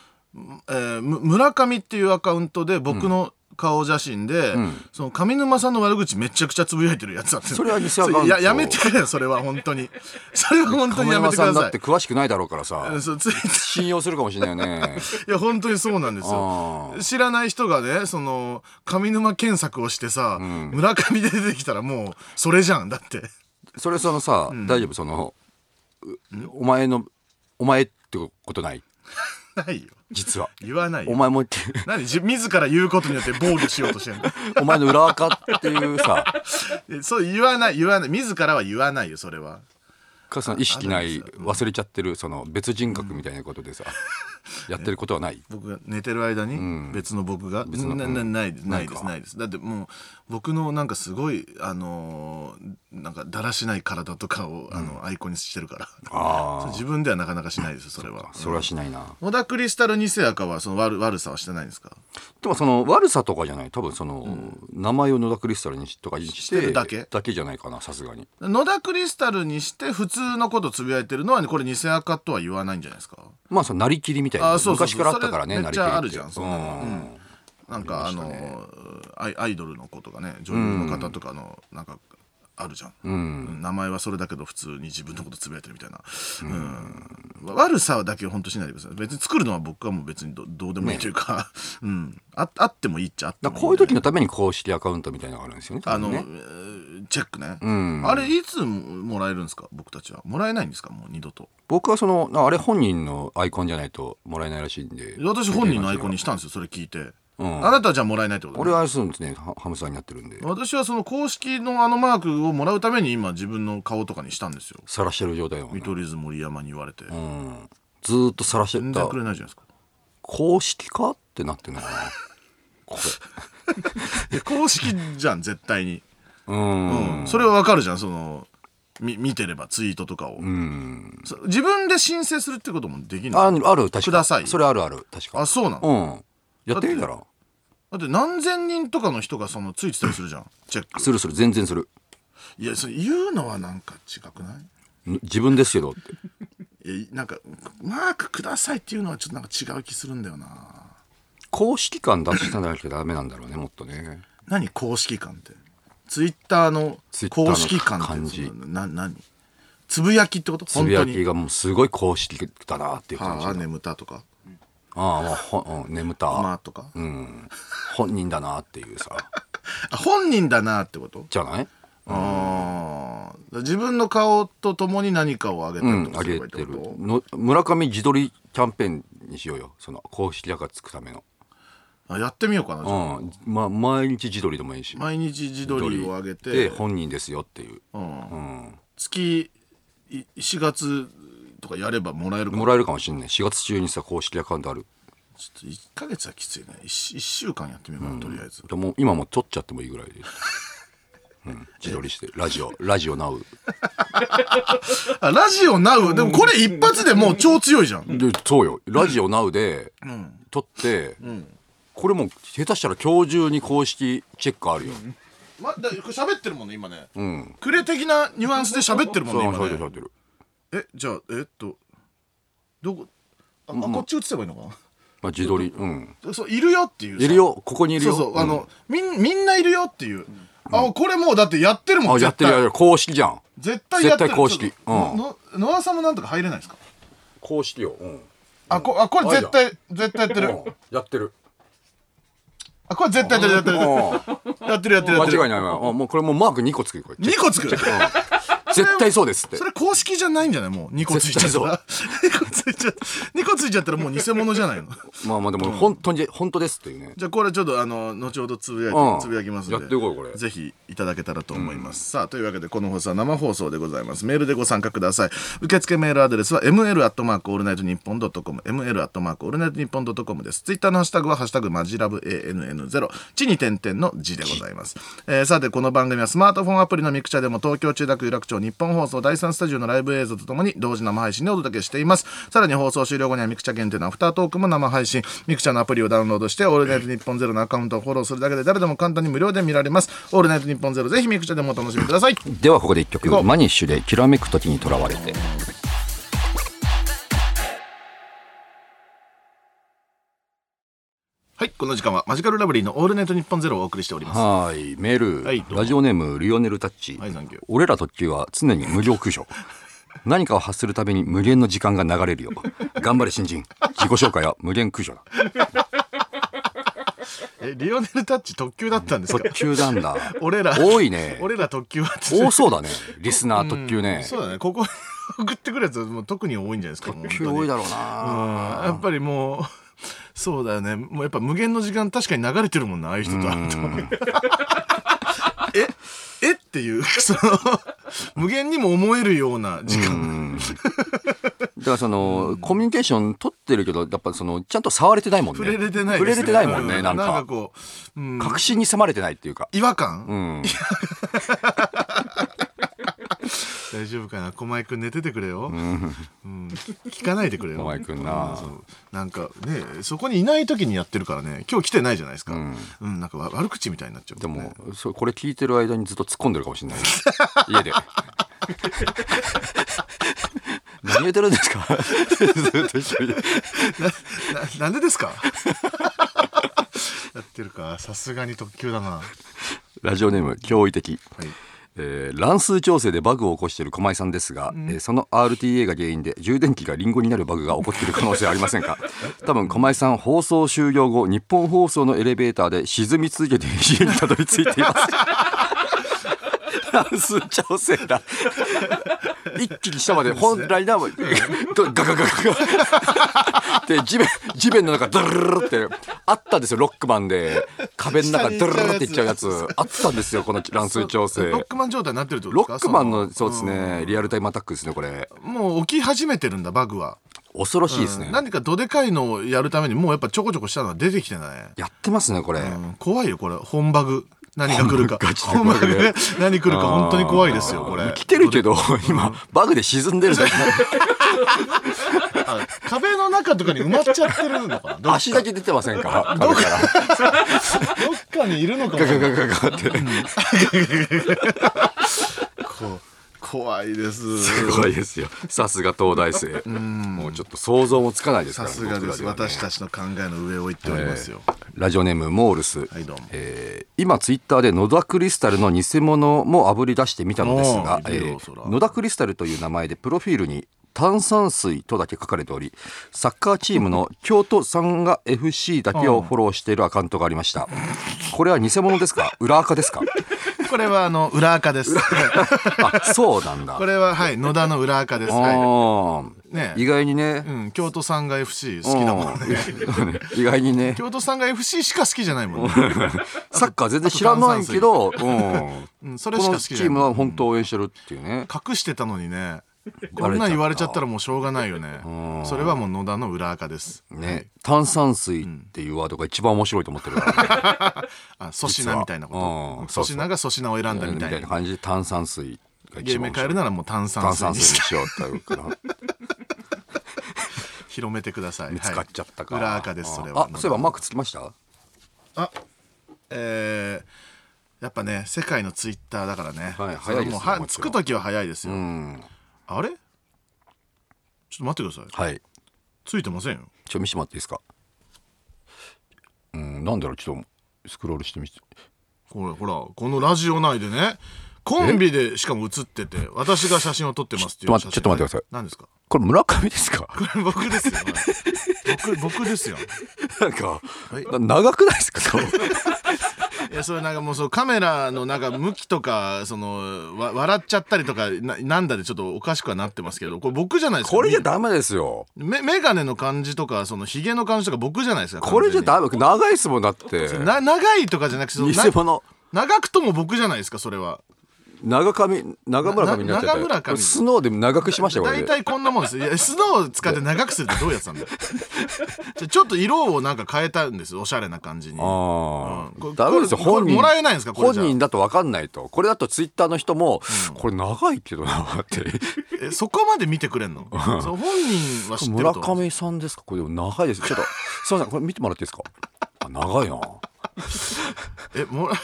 Speaker 3: えーむ村上っていうアカウントで僕の顔写真で、その上沼さんの悪口めちゃくちゃつぶやいてるやつだって
Speaker 4: それは偽アカウント
Speaker 3: それややめてくれよそれは本当にそれは本当に
Speaker 4: 亀
Speaker 3: やめ
Speaker 4: 山
Speaker 3: てくだ
Speaker 4: さ
Speaker 3: さ
Speaker 4: ん
Speaker 3: い
Speaker 4: だって詳しくないだろうから
Speaker 3: う
Speaker 4: さ
Speaker 3: んそうツイッター
Speaker 4: 信用するかもしれないよね
Speaker 3: いや本当に そうなんです
Speaker 4: あ
Speaker 3: よ知らない人がねその上沼検索をしてさ、村上で出てきたらもうそれじゃんだって
Speaker 4: それそのさ、大丈夫そのうお前のお前ってことない
Speaker 3: ないよ
Speaker 4: 実は
Speaker 3: 言わないよ
Speaker 4: お前もって
Speaker 3: 何自自ら言うことによって防御しようとしてるの
Speaker 4: お前の裏垢ってい うさ
Speaker 3: えそう言わない言わない自らは言わないよそれは
Speaker 4: かその意識ない忘れちゃってるその別人格みたいなことでさ、やってることはない
Speaker 3: 僕が寝てる間に別の僕が、
Speaker 4: の
Speaker 3: な
Speaker 4: うん
Speaker 3: なないですない
Speaker 4: な
Speaker 3: で
Speaker 4: いか
Speaker 3: すないですだってもう僕のなんかすごいあのーなんかだらしない体とかを、あのアイコンにしてるから
Speaker 4: ああ
Speaker 3: 自分ではなかなかしないですそれは
Speaker 4: それはしないな
Speaker 3: 小田クリスタルニセアカはその悪悪さはしてないんですか
Speaker 4: でもその悪さとかじゃない多分その、名前を野田クリスタルにしとかにして
Speaker 3: してるだけ
Speaker 4: じゃないかなさすがに
Speaker 3: 野田クリスタルにして普通のことつぶやいてるのはこれニセアカとは言わないんじゃないですか
Speaker 4: まあそのなりきりみたいな
Speaker 3: あそうそうそう
Speaker 4: 昔からあったからね
Speaker 3: それめっ
Speaker 4: なりき
Speaker 3: ち
Speaker 4: り
Speaker 3: ゃ
Speaker 4: って
Speaker 3: あるじゃんそんなの
Speaker 4: うん
Speaker 3: なんかあ
Speaker 4: りま
Speaker 3: の
Speaker 4: したね
Speaker 3: アイアイドルの子とかね女優の方とかのなんかあるじゃん、名前はそれだけど普通に自分のことつぶやいてるみたいな、うん悪さだけ本当しないでください別に作るのは僕はもう別にどどうでもいいというか、うん、ああってもいいっちゃあって
Speaker 4: だ
Speaker 3: も
Speaker 4: か
Speaker 3: いい
Speaker 4: らこういう時のために公式アカウントみたいなのがあるんですよね。
Speaker 3: あの、
Speaker 4: 多分ね
Speaker 3: えーチェックね、あれいつもらえるんですか僕たちはもらえないんですかもう二度と
Speaker 4: 僕はそのあれ本人のアイコンじゃないともらえないらしいんで。
Speaker 3: 私本人のアイコンにしたんですよそれ聞いて、
Speaker 4: ん
Speaker 3: あなたはじゃあもらえないってことね
Speaker 4: 俺はそうですねハハムスターになってるんで
Speaker 3: 私はその公式のあのマークをもらうために今自分の顔とかにしたんですよ
Speaker 4: さらしてる状態なの
Speaker 3: 見
Speaker 4: ね
Speaker 3: 取り図森山に言われて、
Speaker 4: うんずーっとさらして
Speaker 3: 全
Speaker 4: た
Speaker 3: 然くれないじゃないですか
Speaker 4: 公式かってなってんのかな こ
Speaker 3: いや公式じゃん絶対に、
Speaker 4: れうん
Speaker 3: うん、それはわかるじゃんそのみ見てればツイートとかを、そ自分で申請するってこともできない
Speaker 4: ああるある確か
Speaker 3: ください
Speaker 4: それあるある確か
Speaker 3: あそうなの、
Speaker 4: うんやってみたら
Speaker 3: だって何千人とかの人がそのついてたりするじゃんチェック
Speaker 4: するする全然する
Speaker 3: いやそれ言うのはなんか違くない
Speaker 4: ん自分ですけどって
Speaker 3: いやなんかマークくださいっていうのはちょっとなんか違う気するんだよな
Speaker 4: 公式感出したなきゃダメなんだろうねもっとね
Speaker 3: 何公式感ってツイッターの
Speaker 4: Twitter の
Speaker 3: 公式感って
Speaker 4: 感じ
Speaker 3: そのな何つぶやきってこと
Speaker 4: つ
Speaker 3: 本
Speaker 4: ぶ
Speaker 3: 当
Speaker 4: やき
Speaker 3: に
Speaker 4: がもうすごい公式だなっていう感じ
Speaker 3: はあ眠たとか
Speaker 4: ああもうほ、うん、眠た、
Speaker 3: まあとか、
Speaker 4: うん本人だなっていうさ
Speaker 3: あ本人だなってこと、
Speaker 4: じゃない
Speaker 3: あー自分の顔とともに何かをあげた
Speaker 4: う
Speaker 3: りと
Speaker 4: ん、
Speaker 3: か
Speaker 4: あ
Speaker 3: すれ
Speaker 4: げ
Speaker 3: ばいいってて
Speaker 4: る
Speaker 3: こと、
Speaker 4: の村上自撮りキャンペーンにしようよその公式だからつくための、
Speaker 3: あやってみようかな、じゃあ
Speaker 4: うんま、毎日自撮りでもいいし
Speaker 3: 毎日自撮りをあげて、
Speaker 4: で本人ですよっていう、
Speaker 3: うん
Speaker 4: うん、
Speaker 3: 月い4月とかやればもらえるか
Speaker 4: もらえるかもしんない4月中にさ公式アカウントある
Speaker 3: ちょっと1か月はきついね 1, 週間やってみようかな、とりあえず
Speaker 4: でも今もう撮っちゃってもいいぐらいです、うん、自撮りしてラジオラジオナウ
Speaker 3: あラジオナウでもこれ一発でもう超強いじゃん
Speaker 4: でそうよラジオナウで撮って、これもう下手したら今日中に公式チェックあるよ、
Speaker 3: まだ喋ってるもんね今ね、クレ的なニュアンスで喋ってるもん
Speaker 4: そう
Speaker 3: ね
Speaker 4: そう
Speaker 3: 今
Speaker 4: そうそ
Speaker 3: ね
Speaker 4: うそう
Speaker 3: えじゃあえっとどこあ、あこっち映せばいいのか
Speaker 4: まあ自撮りうん
Speaker 3: なそういるよっていうさ
Speaker 4: いるよここにいる
Speaker 3: そ
Speaker 4: よ
Speaker 3: うそうあの、みんみんないるよっていう、あこれもうだってやってるもん
Speaker 4: あ、やってるやってる。公式じゃん。
Speaker 3: 絶対やってる
Speaker 4: 絶対公式
Speaker 3: ちょっと
Speaker 4: うん
Speaker 3: のノアさんもなんとか入れないですか
Speaker 4: 公式よ。うん。
Speaker 3: あこあこれ絶対絶対やってる
Speaker 4: やってる。
Speaker 3: あこれ絶対やってるやってるやってるやってるや
Speaker 4: 間
Speaker 3: ってる
Speaker 4: 違いないわ。あもうこれもうマーク2個つくよ。これ
Speaker 3: 2個つく
Speaker 4: 絶対そうですって
Speaker 3: そ。れ公式じゃないんじゃないもう2個ついちゃったら 2個ついちゃった2個ついちゃったらもう偽物じゃないの
Speaker 4: まあまあでも本当に、本当ですっていうね。
Speaker 3: じゃあこれちょっとあの後ほどつぶやい
Speaker 4: うん
Speaker 3: つぶやきますんで
Speaker 4: やってこいこれ
Speaker 3: ぜひいただけたらと思います、さあというわけでこの放送は生放送でございますメールでご参加ください受付メールアドレスは ml アットマークオールナイトニッポンドットコム ml アットマークオールナイトニッポンドットコムですツイッターのハッシュタグはハッシュタグマジラブ ANN0 地に点々の字でございます、えーさてこの番組はスマートフォンアプリのミクチャでも東京中田区有楽町日本放送第3スタジオのライブ映像とともに同時生配信でお届けしていますさらに放送終了後にはミクチャ限定のアフタートークも生配信ミクチャのアプリをダウンロードしてオールナイトニッポンゼロのアカウントをフォローするだけで誰でも簡単に無料で見られますオールナイトニッポンゼロぜひミクチャでもお楽しみください
Speaker 4: ではここで一曲
Speaker 3: こう
Speaker 4: マニッシュできらめく時にとらわれて。
Speaker 3: はいこの時間はマジカルラブリーのオールナイトニッポンゼロをお送りしております
Speaker 4: はーい、メール、
Speaker 3: はいどうも
Speaker 4: ラジオネームリオネルタッチ。
Speaker 3: はいサンキュー
Speaker 4: 俺ら特急は常に無料駆除。 何かを発するたびに無限の時間が流れるよ。 頑張れ新人。自己紹介は無限駆除だ。
Speaker 3: えリオネルタッチ特急だったんですか
Speaker 4: 特急なんだ。
Speaker 3: 俺ら
Speaker 4: 多いね。
Speaker 3: 俺ら特急は
Speaker 4: 多そうだね。リスナー特急ね。
Speaker 3: そうだねこ こに送ってくるやつはもう特に多いんじゃないですか
Speaker 4: 特急多いだろうな。
Speaker 3: うんやっぱりもう そうだよねもうやっぱ無限の時間確かに流れてるもんなああいう人と会うと ええっていう その無限にも思えるような時間
Speaker 4: だからその、コミュニケーション取ってるけど、やっぱその、ちゃんと触れてないもんね。
Speaker 3: 触れれてない
Speaker 4: 触れれてないもん
Speaker 3: う
Speaker 4: ね、なん
Speaker 3: なんか
Speaker 4: か。
Speaker 3: こう、うん、
Speaker 4: 確信に迫れてないっていうか。
Speaker 3: 違和感、
Speaker 4: うん。
Speaker 3: 大丈夫かな駒井くん寝ててくれよ、うん聞かないでくれよ
Speaker 4: 駒井くんな
Speaker 3: そうなんかねそこにいない時にやってるからね今日来てないじゃないですか、うんなんかわ悪口みたいになっちゃう
Speaker 4: で
Speaker 3: ね
Speaker 4: も、そうこれ聞いてる間にずっと突っ込んでるかもしれない。家で。何言ってるんですか ずっと一緒に
Speaker 3: ななんでですかだってってるかさすがに特急だな
Speaker 4: ラジオネーム驚異的、
Speaker 3: い
Speaker 4: えー乱数調整でバグを起こしている駒井さんですが、えーその RTA が原因で充電器がリンゴになるバグが起こっている可能性ありませんか多分駒井さん放送終了後日本放送のエレベーターで沈み続けて家にたどり着いています乱数調整だ一気に下まで本来なガガガガガで地面地面の中ドゥルルルルってあったんですよロックマンで壁の中ドゥルルルルっていっちゃうやつあったんですよこの乱数調整
Speaker 3: ロックマン状態になってるってこと
Speaker 4: ロ
Speaker 3: ですか
Speaker 4: ックマンのそうですねリアルタイムアタックですねこれ
Speaker 3: そのもう起き始めてるんだバグは
Speaker 4: 恐ろしいですね
Speaker 3: 何かどでかいのをやるためにもうやっぱちょこちょこしたのは出てきてない
Speaker 4: やってますねこれ
Speaker 3: うん怖いよこれ本バグ何が来るか
Speaker 4: 本バグガチで
Speaker 3: 本バグ ね何来るか本当に怖いですよこれ
Speaker 4: 生きてるけど今バグで沈んでるだけ
Speaker 3: あ壁の中とかに埋まっちゃってるのかなどっ
Speaker 4: 足だけ出てませんかどっか
Speaker 3: どっかにいるのかも
Speaker 4: ガガガガガって
Speaker 3: こ怖いです
Speaker 4: すごいですよさすが東大生もうちょっと想像もつかないですか
Speaker 3: さ
Speaker 4: ら
Speaker 3: すがです、
Speaker 4: 僕らはね
Speaker 3: 私たちの考えの上を言っておりますよ、
Speaker 4: ラジオネームモールス、
Speaker 3: はいどうも
Speaker 4: えー今ツイッターで野田クリスタルの偽物も炙り出してみたのですが
Speaker 3: お、ー
Speaker 4: え
Speaker 3: いるよ
Speaker 4: ー
Speaker 3: そら
Speaker 4: 野田クリスタルという名前でプロフィールに炭酸水とだけ書かれておりサッカーチームの京都サンガ FC だけをフォローしているアカウントがありましたこれは偽物ですか裏垢ですか
Speaker 3: これはあの裏垢です
Speaker 4: あそうなんだ
Speaker 3: これははい野田の裏垢です、
Speaker 4: あ
Speaker 3: は
Speaker 4: ー
Speaker 3: ね
Speaker 4: 意外にね
Speaker 3: いうん、京都さんが FC 好きだもんね
Speaker 4: うん意外にね
Speaker 3: 京都さんが FC しか好きじゃないもんね、
Speaker 4: サッカー全然知らないけど、 うん
Speaker 3: うん、それし
Speaker 4: こ
Speaker 3: か
Speaker 4: の
Speaker 3: 好き
Speaker 4: チ
Speaker 3: じゃ
Speaker 4: ーム
Speaker 3: ない
Speaker 4: は本当応援してるっていうね
Speaker 3: 隠してたのにねこんなん言われちゃったらもうしょうがないよねそれはもう野田の裏垢です
Speaker 4: ね、炭酸水っていうワードが一番面白いと思ってるから、ね
Speaker 3: あ粗品みたいな
Speaker 4: うん
Speaker 3: こと粗
Speaker 4: そうそう
Speaker 3: 品が粗品を選ん だみ
Speaker 4: み
Speaker 3: た
Speaker 4: た
Speaker 3: い
Speaker 4: い
Speaker 3: な
Speaker 4: な感じで炭酸水が一
Speaker 3: 芸名
Speaker 4: 番面
Speaker 3: 変
Speaker 4: 白
Speaker 3: え
Speaker 4: い
Speaker 3: るならもう炭酸
Speaker 4: 炭
Speaker 3: 水
Speaker 4: 酸
Speaker 3: に
Speaker 4: 水にしようっていうから
Speaker 3: 広めてください
Speaker 4: 見つかっちゃったか、
Speaker 3: はい裏垢ですそれ
Speaker 4: あ
Speaker 3: は
Speaker 4: そういえばマークつきました
Speaker 3: えーやっぱね世界のツイッターだからね、
Speaker 4: はい
Speaker 3: それはもう
Speaker 4: 早いですよ
Speaker 3: は
Speaker 4: も
Speaker 3: つ
Speaker 4: ちろ
Speaker 3: く
Speaker 4: ん
Speaker 3: 時は早いですよ、
Speaker 4: うん
Speaker 3: あれちょっと待ってください
Speaker 4: はい
Speaker 3: ついてませんよ
Speaker 4: ちょ見してもらっていいですかうんなんだろうちょっとスクロールしてみて
Speaker 3: これほらこのラジオ内でねコンビでしかも映ってて私が写真を撮ってますっていう写真、
Speaker 4: ちょっと待ってちょっと待ってください
Speaker 3: 何ですか
Speaker 4: これ村上ですか
Speaker 3: これ僕ですよはい僕僕ですよ
Speaker 4: なんか、な長くないですか顔
Speaker 3: いやそれなんかもうそうカメラのなんか向きとかそのわ笑っちゃったりとかななんだでちょっとおかしくはなってますけどこれ僕じゃないですか
Speaker 4: これじゃダメですよ
Speaker 3: めメガネの感じとかそのひげの感じとか僕じゃないですか
Speaker 4: これじゃ
Speaker 3: 完全に
Speaker 4: ダメ長いですもんだって
Speaker 3: な長いとかじゃなくてその
Speaker 4: 偽
Speaker 3: な
Speaker 4: 物
Speaker 3: 長くとも僕じゃないですかそれは
Speaker 4: 長上長村上になっちゃっ
Speaker 3: な
Speaker 4: たよ
Speaker 3: 長村上
Speaker 4: スノーで長くしましたよこれ
Speaker 3: 大
Speaker 4: で
Speaker 3: 体こんなもんですいやスノーを使って長くするってどういうやつなんだよ じゃあちょっと色をなんか変えたんですおしゃれな感じに
Speaker 4: ああ、
Speaker 3: うん
Speaker 4: ダメですよ
Speaker 3: これ
Speaker 4: 本人
Speaker 3: これもらえないんですかこれ
Speaker 4: 本
Speaker 3: じゃ
Speaker 4: 人だと分かんないとこれだとツイッターの人も、これ長いけどなって
Speaker 3: えそこまで見てくれんのそう本人は知ってる
Speaker 4: 村
Speaker 3: と
Speaker 4: 上さんですかこれでも長いですちょっとすいませんこれ見てもらっていいですかあ長いな
Speaker 3: えもら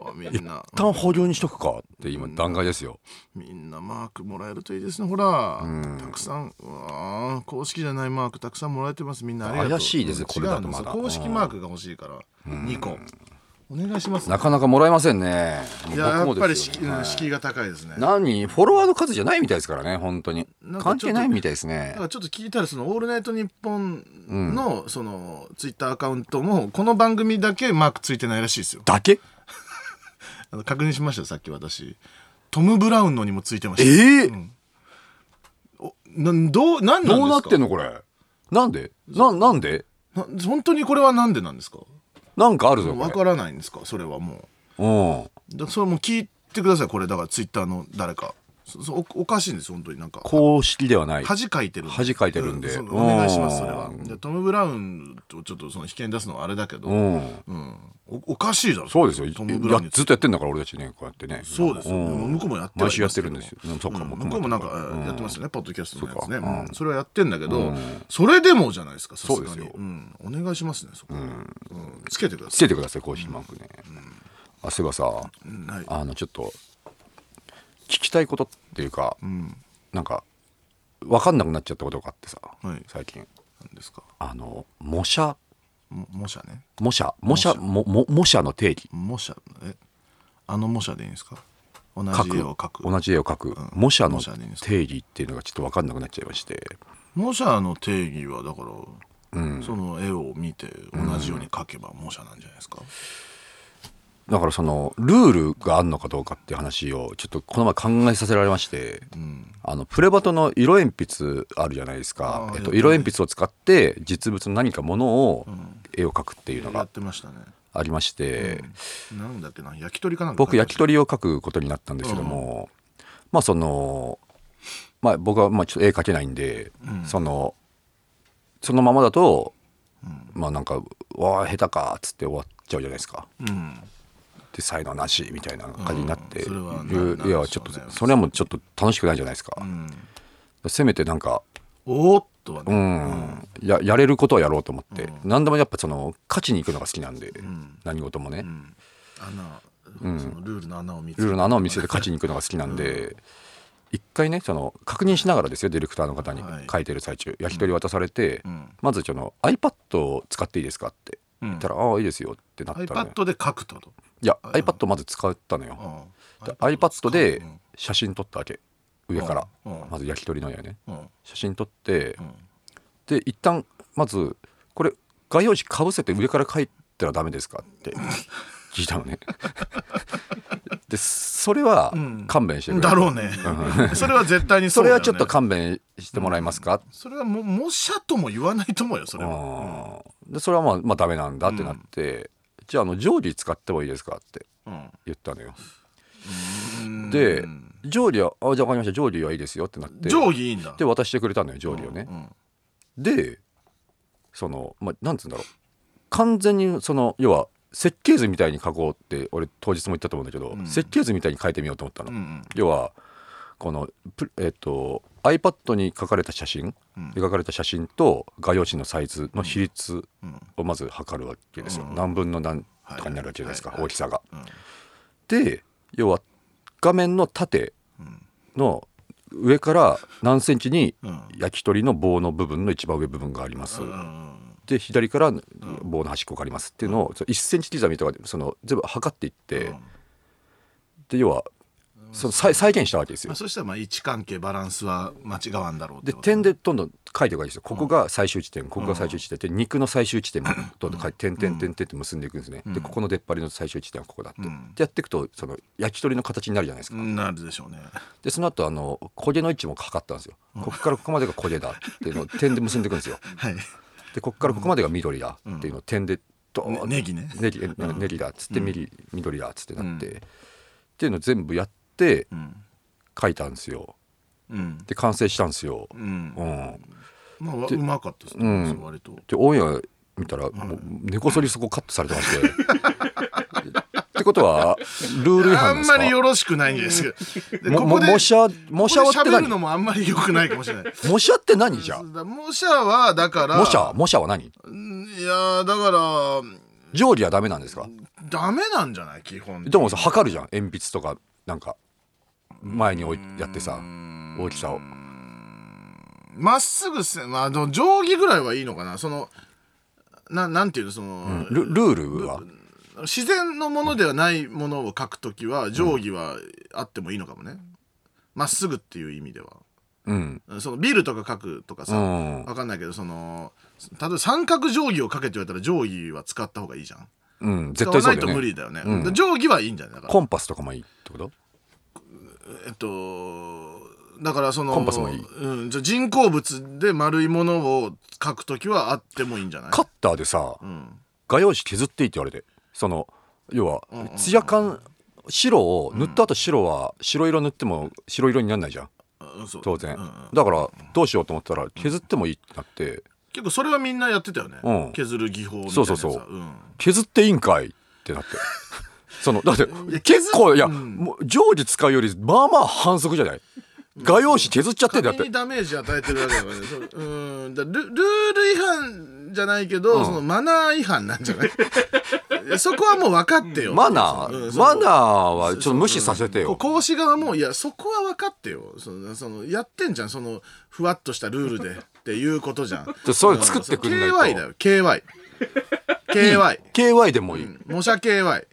Speaker 3: あみんな
Speaker 4: 一旦保留にしとくかって今段階ですよ、
Speaker 3: みんなマークもらえるといいですねほらたくさんうわー公式じゃないマークたくさんもらえてますみんなありがとう
Speaker 4: 怪しいですね
Speaker 3: うん
Speaker 4: これだと
Speaker 3: 違うんですよ
Speaker 4: まだ
Speaker 3: 公式マークが欲しいから2個お願いします
Speaker 4: なかなかもらえませんね
Speaker 3: いややっぱり
Speaker 4: です
Speaker 3: 敷,、
Speaker 4: よ
Speaker 3: うん敷居が高いですねだか
Speaker 4: 何フォロワーの数じゃないみたいですからね本当に
Speaker 3: なんかちょっ
Speaker 4: 関
Speaker 3: と
Speaker 4: 係ないみたいですね
Speaker 3: らちょっと聞いたらその「オールナイトニッポンの」そのツイッターアカウントもこの番組だけマークついてないらしいですよ
Speaker 4: だけ
Speaker 3: あの確認しましたよさっき私トム・ブラウンのにもついてま
Speaker 4: え
Speaker 3: した
Speaker 4: え
Speaker 3: おなんどうなんなんですか
Speaker 4: どうなってんのこれなんでななんで
Speaker 3: な本当にこれはなんでなんですか
Speaker 4: なんかあるぞこ
Speaker 3: わ
Speaker 4: れ
Speaker 3: からないんですかそれはもう
Speaker 4: うん
Speaker 3: だそれもう聞いてくださいこれだからツイッターの誰かそそおおかしいんです本当になんか
Speaker 4: 公式ではない
Speaker 3: 恥かいてる
Speaker 4: 恥かいてるんで
Speaker 3: うそうお願いしますそ
Speaker 4: うん
Speaker 3: れはでトム・ブラウンとちょっとその被験出すのはあれだけど、
Speaker 4: うん
Speaker 3: おおかしいだろ
Speaker 4: そうですよい
Speaker 3: トム・ブラウン
Speaker 4: や
Speaker 3: に
Speaker 4: ずっとやってんだから俺たちねこうやってね
Speaker 3: そうですよ、
Speaker 4: ん
Speaker 3: でも向こうもやってはい
Speaker 4: 毎
Speaker 3: ますけ
Speaker 4: 週
Speaker 3: ど
Speaker 4: やってるんですようんそっか
Speaker 3: うん
Speaker 4: 僕
Speaker 3: 向こうもなんか
Speaker 4: うん
Speaker 3: やってますよね、ポッドキャストのやつね
Speaker 4: そうか
Speaker 3: うんそれはやってんだけど、それでもじゃないですかさすがに
Speaker 4: そうですよ
Speaker 3: ん、お願いしますねそこ、うんつけてくだ
Speaker 4: つ
Speaker 3: さい
Speaker 4: けてください公式マークねあそういえばさ
Speaker 3: はい
Speaker 4: あのちょっと聞きたいことっていうかなんか分かんなくなっちゃったことがあってさ
Speaker 3: はい
Speaker 4: 最近
Speaker 3: なんですか
Speaker 4: あの模写
Speaker 3: も模写ね
Speaker 4: 模写模写もも模写の定義
Speaker 3: 模写えあの模写でいいんですか同
Speaker 4: 書
Speaker 3: じ
Speaker 4: く
Speaker 3: 絵を描く
Speaker 4: 同じ絵を描く、
Speaker 3: ん
Speaker 4: 模写の
Speaker 3: 模写でいいんですか
Speaker 4: 定義っていうのがちょっと分かんなくなっちゃいまして
Speaker 3: 模写の定義はだから、その絵を見て同じように描けば模写なんじゃないですか、
Speaker 4: だからそのルールがあるのかどうかっていう話をちょっとこの前考えさせられまして、あのプレバトの色鉛筆あるじゃないですか
Speaker 3: あ、ー
Speaker 4: えっと、
Speaker 3: やった
Speaker 4: 色
Speaker 3: ね
Speaker 4: 鉛筆を使って実物の何かものを絵を描くっていうの
Speaker 3: やっ
Speaker 4: が
Speaker 3: てましたね
Speaker 4: ありまして、
Speaker 3: なんだっけな焼き鳥かなんか
Speaker 4: 僕焼き
Speaker 3: 鳥
Speaker 4: 鳥を描くことになったんですけども、まあその、まあ、僕はまあちょっと絵描けないんで、そのそのままだと、まあなんか「わあ下手か」っつって終わっちゃうじゃないですか。
Speaker 3: うん
Speaker 4: で才能なしみたいな感じになっ
Speaker 3: う
Speaker 4: て、
Speaker 3: んそれはな
Speaker 4: いう
Speaker 3: なる
Speaker 4: いやちょっと
Speaker 3: そうね
Speaker 4: それはもうちょっと楽しくないじゃないですか、
Speaker 3: うん
Speaker 4: せめてなんか
Speaker 3: おーっとは
Speaker 4: う
Speaker 3: ね、
Speaker 4: ん、ややれることはやろうと思って、何でもやっぱその勝ちに行くのが好きなんで、何事もね、
Speaker 3: 穴そのルールの穴を見つ
Speaker 4: ルー
Speaker 3: け
Speaker 4: ルの穴を見せて勝ちに行くのが好きなんで、一回ねその確認しながらですよディレクターの方に
Speaker 3: はい
Speaker 4: 書いてる最中、焼き鳥渡されて、
Speaker 3: ん
Speaker 4: まずその iPad を使っていいですかって言ったら「ああいいですよ」ってなったら、ね、
Speaker 3: iPad で描くとと、
Speaker 4: いや iPad をまず使ったのよ、で iPad で写真撮ったわけ上から、
Speaker 3: うんうん
Speaker 4: まず焼き鳥のやね
Speaker 3: うんうん
Speaker 4: 写真撮って、で一旦まずこれ画用紙かぶせて上から書いたらダメですかって聞いたのねでそれは勘弁してくれ、
Speaker 3: だろうね それは絶対に
Speaker 4: そうれ
Speaker 3: だよ
Speaker 4: は
Speaker 3: ね
Speaker 4: ちょっと勘弁してもらえますか、
Speaker 3: それはも模写とも言わないと思うよそれは
Speaker 4: うんでそれはまあ、まあ、ダメなんだってなって、じゃああの定規使ってもいいですかって
Speaker 3: うん
Speaker 4: 言ったのよ
Speaker 3: うん
Speaker 4: で定規は「あじゃあ分かりました定規はいいですよ」ってなって
Speaker 3: 定規いいんだ
Speaker 4: で渡してくれたのよ定規をね、
Speaker 3: うん
Speaker 4: でその、まあ、なんつうんだろう完全にその要は設計図みたいに書こうって俺当日も言ったと思うんだけど、設計図みたいに書いてみようと思ったの、
Speaker 3: うんうん
Speaker 4: 要はこのプえっ、と iPad に書かれた写真、描かれた写真と画用紙のサイズの比率をまず測るわけですよ、何分の何とかになるわけじゃないですか、
Speaker 3: はいはい
Speaker 4: 大きさが。で要は画面の縦の上から何センチに
Speaker 3: ん
Speaker 4: 焼き鳥の棒の部分の一番上部分があります、
Speaker 3: うん
Speaker 4: で左から棒の端っこがありますっていうのをその1センチ刻みとかでその全部測っていって、
Speaker 3: うん
Speaker 4: で要はその再再現したわけですよ
Speaker 3: まあ、。そしたらまあ位置関係バランスは間違わんだろうって
Speaker 4: で
Speaker 3: こと
Speaker 4: 点でどんどん書いていくわけですよここが最終地点ここが最終地点で肉の最終地点 もどんどん書いて点点点点って結んでいくんですね、でここの出っ張りの最終地点はここだって、
Speaker 3: うん
Speaker 4: でやっていくとその焼き鳥の形になるじゃないですか、
Speaker 3: なるでしょうね
Speaker 4: でその後あの焦げの位置も測ったんですよここからここまでが焦げだってい うのを点で結んでいくんですよ
Speaker 3: はい
Speaker 4: でここからここまでが緑だっていうのを点でドーン
Speaker 3: ねネギね
Speaker 4: ネギえネギだっつって緑緑だっつってなって、っていうのを全部やって
Speaker 3: うん
Speaker 4: 書いたんですよ
Speaker 3: うん
Speaker 4: で完成したんですよ、
Speaker 3: うん
Speaker 4: うん、
Speaker 3: まあわうまかったですね、
Speaker 4: うん
Speaker 3: 割と
Speaker 4: でオンエア見たらもう根こそりそこカットされてまして ってことはルール違
Speaker 3: あ
Speaker 4: 反で
Speaker 3: ん
Speaker 4: すか
Speaker 3: まりよろしくないん ですけどで
Speaker 4: もも模写模写は
Speaker 3: こ
Speaker 4: っ
Speaker 3: こ
Speaker 4: て
Speaker 3: で喋るの
Speaker 4: 何
Speaker 3: もあんまり良くないかもしれない
Speaker 4: 模写って何じゃあ
Speaker 3: 模写はだから
Speaker 4: 模写模写は何
Speaker 3: いやーだから
Speaker 4: 定規はダメなんですか
Speaker 3: ダメなんじゃない基本
Speaker 4: でもさ測るじゃん鉛筆とかなんか前に置いやってさ大きさを
Speaker 3: まっすぐせまあでも定規ぐらいはいいのかなそのななんていうのその、
Speaker 4: ルルールは
Speaker 3: 自然のものではないものを書くときは定規はあってもいいのかもねま、っすぐっていう意味では
Speaker 4: うん
Speaker 3: そのビルとか書くとかさ、
Speaker 4: う
Speaker 3: わ
Speaker 4: ん
Speaker 3: かんないけどその例えば三角定規を書けって言われたら定規は使った方がいいじゃん
Speaker 4: うん
Speaker 3: 使
Speaker 4: 絶
Speaker 3: わ
Speaker 4: 対
Speaker 3: な
Speaker 4: そう
Speaker 3: いと
Speaker 4: だよ
Speaker 3: 無
Speaker 4: ね
Speaker 3: 理だよね
Speaker 4: うん
Speaker 3: 定規はいいんじゃないだから
Speaker 4: コンパスとかもいいってこと
Speaker 3: えっとだからその
Speaker 4: コンパスもいい
Speaker 3: うん、じゃあ人工物で丸いものを書くときはあってもいいんじゃない
Speaker 4: カッターでさ
Speaker 3: うん
Speaker 4: 画用紙削っていいって言われてその要はツヤ感白を塗った後白は白色塗っても白色にならないじゃん
Speaker 3: うんそう
Speaker 4: 当然
Speaker 3: うん
Speaker 4: だからどうしようと思ったら削ってもいいってなって
Speaker 3: 結構それはみんなやってたよね、
Speaker 4: うん
Speaker 3: 削る技法みたいなやつ
Speaker 4: そ
Speaker 3: は
Speaker 4: うそうそうん削っていいんかいってなって そのだって
Speaker 3: や
Speaker 4: 結構
Speaker 3: 削
Speaker 4: いや
Speaker 3: うん
Speaker 4: もう常時使うよりまあまあ反則じゃない画用紙削っちゃってんだっ
Speaker 3: 紙
Speaker 4: て
Speaker 3: にダメージ与えてるわけだからねそううんだルルール違反じゃないけど、そのマナー違反なんじゃ ない いやそこはもう分かってよ
Speaker 4: マナ
Speaker 3: うん
Speaker 4: ー
Speaker 3: その
Speaker 4: マナーはちょっと無視させて
Speaker 3: こう
Speaker 4: よ
Speaker 3: 講師側もいやそこは分かってよそのそのやってんじゃん そのふわっとしたルールでっていうことじゃん
Speaker 4: でそれ作ってくんないと
Speaker 3: KY だよ KY KY
Speaker 4: KY でもいい。
Speaker 3: 模写 KY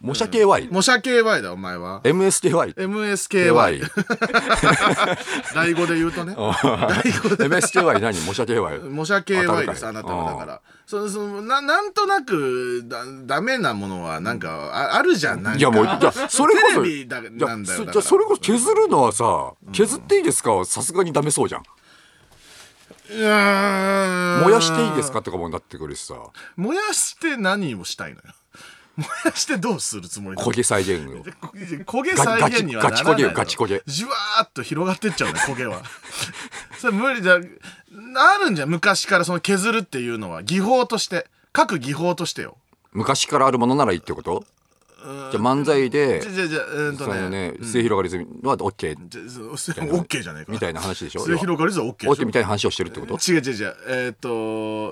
Speaker 4: 模写 KY。
Speaker 3: 模写 KY だお前は
Speaker 4: MSKY。
Speaker 3: MSKY
Speaker 4: KY。
Speaker 3: 第語で言う とね
Speaker 4: MSKY 何模写 KY。
Speaker 3: 模写 KY ですあ
Speaker 4: あな
Speaker 3: な
Speaker 4: た
Speaker 3: た
Speaker 4: の
Speaker 3: はだからそのそのななんとなくだダメなものはなんかああるじゃんなんか
Speaker 4: いやもう、じゃあそれこそ、
Speaker 3: テレビだなんだよ
Speaker 4: じゃ
Speaker 3: だから
Speaker 4: あそじゃあそれこそ削るのはさ、削っていいですかはさすがにダメそうじゃん。
Speaker 3: うーん
Speaker 4: 燃やしていいですかとかもなってくるしさ、
Speaker 3: 燃やして何をしたいのよ 燃やしてどうするつもりなの
Speaker 4: 焦げ再現を。
Speaker 3: 焦げ再現にはならないの
Speaker 4: ガチガチ焦げよガチ焦げ
Speaker 3: じわーっと広がってっちゃうね焦げは それ無理じゃあるんじゃん昔からその削るっていうのは技法として各技法としてよ
Speaker 4: 昔からあるものならいいってことじゃあ漫才で
Speaker 3: じゃ、じゃじゃうーんと
Speaker 4: その
Speaker 3: ね
Speaker 4: ね、末広がり済みは OK
Speaker 3: じゃそそオッケーじゃねえか
Speaker 4: みたいな話でしょ
Speaker 3: 末広がり図はオッケーでし
Speaker 4: OK
Speaker 3: ょ
Speaker 4: みたいな話をしてるってこと
Speaker 3: 違う違う違うえーっ、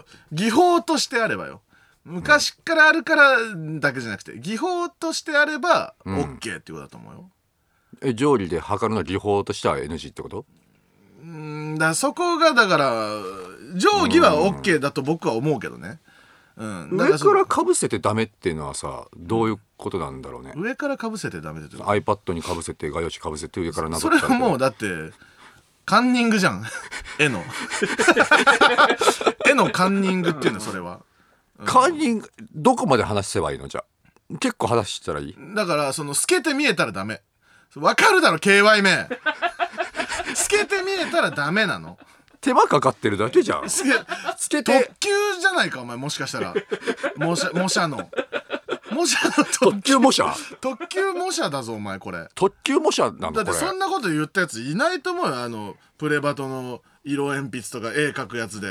Speaker 3: と技法としてあればよ昔からあるからだけじゃなくて技法としてあれば OK っていうことだと思うよ、
Speaker 4: え上理で測るのは技法としては NG ってこと
Speaker 3: うん、だからそこがだから定規は OK だと僕は思うけどね、うん、だ
Speaker 4: 上
Speaker 3: その
Speaker 4: からかぶせてダメっていうのはさどういうことなんだろうね
Speaker 3: 上からかぶせてダメだと
Speaker 4: iPad にかぶせて画用紙かぶせて上からなぞ
Speaker 3: そ
Speaker 4: った
Speaker 3: れ
Speaker 4: りと
Speaker 3: は
Speaker 4: か
Speaker 3: もうだってカンニングじゃん絵 の絵のカンニングっていうのそれは
Speaker 4: カーニングどこまで話せばいいのじゃあ結構話したらいい
Speaker 3: だからその透けて見えたらダメわかるだろ KY 名透けて見えたらダメなの
Speaker 4: 手間かかってるだけじゃ ん
Speaker 3: つけ
Speaker 4: つけ
Speaker 3: 特
Speaker 4: て
Speaker 3: 急じゃないかお前もしかしたら模写模写の模写の
Speaker 4: 特
Speaker 3: 特
Speaker 4: 急
Speaker 3: 急
Speaker 4: 模写
Speaker 3: 特急模写だぞお前これ
Speaker 4: 特急模写なの
Speaker 3: だって
Speaker 4: これ
Speaker 3: そんなこと言ったやついないと思うよあのプレバトの色鉛筆とか絵描くやつで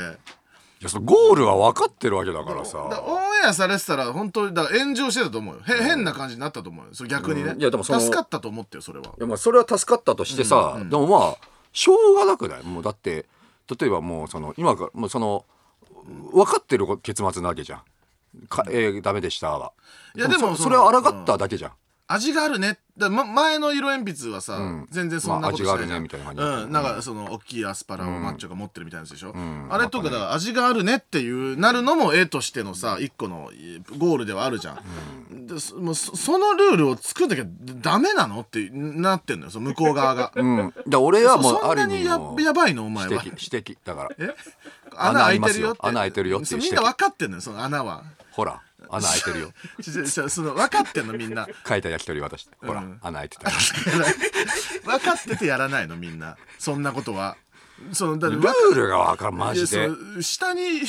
Speaker 4: いやそのゴールは分かってるわけだか
Speaker 3: だ
Speaker 4: ら
Speaker 3: から
Speaker 4: さ
Speaker 3: オンエアされてたら本当にだから炎上してたと思うよへ変な感じになったと思うよそれ逆にね、
Speaker 4: うんいやでもその
Speaker 3: 助かったと思ってよそれはい
Speaker 4: やまあそれは助かったとしてさ、でもまあしょうがなくないもうだって例えばもうその今からもうその分かってる結末なわけじゃんか、えー、ダメでしたはい
Speaker 3: やでも
Speaker 4: そ
Speaker 3: そ
Speaker 4: れ
Speaker 3: の
Speaker 4: は抗っただけじゃん、
Speaker 3: 味があるねだ、ま、前の色鉛筆はさ、
Speaker 4: ん
Speaker 3: 全然そんなことし
Speaker 4: まあ
Speaker 3: ない
Speaker 4: 味
Speaker 3: じ
Speaker 4: が
Speaker 3: ゃん
Speaker 4: あるねみたいな感じだった
Speaker 3: うん、なんかその大きいアスパラをマッチョが持ってるみたいなやつでしょ、
Speaker 4: ん
Speaker 3: あれとかだから味があるねっていうなるのも絵としてのさ一個のゴールではあるじゃん、でそもうそそのルールを作んなきゃダメなのってなってんのよその向こう側 が
Speaker 4: うん、だから俺はもう
Speaker 3: そ
Speaker 4: あ
Speaker 3: んな
Speaker 4: る
Speaker 3: に
Speaker 4: に
Speaker 3: や
Speaker 4: も
Speaker 3: やばいのお前
Speaker 4: 指
Speaker 3: は
Speaker 4: 摘指摘だから
Speaker 3: え穴
Speaker 4: 穴
Speaker 3: 開いて
Speaker 4: 開いて
Speaker 3: る
Speaker 4: る
Speaker 3: よっ
Speaker 4: よってて穴開いてるよっていう
Speaker 3: そう
Speaker 4: 指
Speaker 3: み
Speaker 4: 摘
Speaker 3: んな分かってんのよその穴は
Speaker 4: ほら穴開いてるよ
Speaker 3: ちょちょその分かってんのみんな
Speaker 4: 書いた焼き鳥渡してほら、穴開いてた
Speaker 3: 分かっててやらないのみんなそんなことはそのだって
Speaker 4: ル
Speaker 3: わか
Speaker 4: ールが分からんマ
Speaker 3: いや
Speaker 4: ジ
Speaker 3: そ
Speaker 4: で
Speaker 3: の下に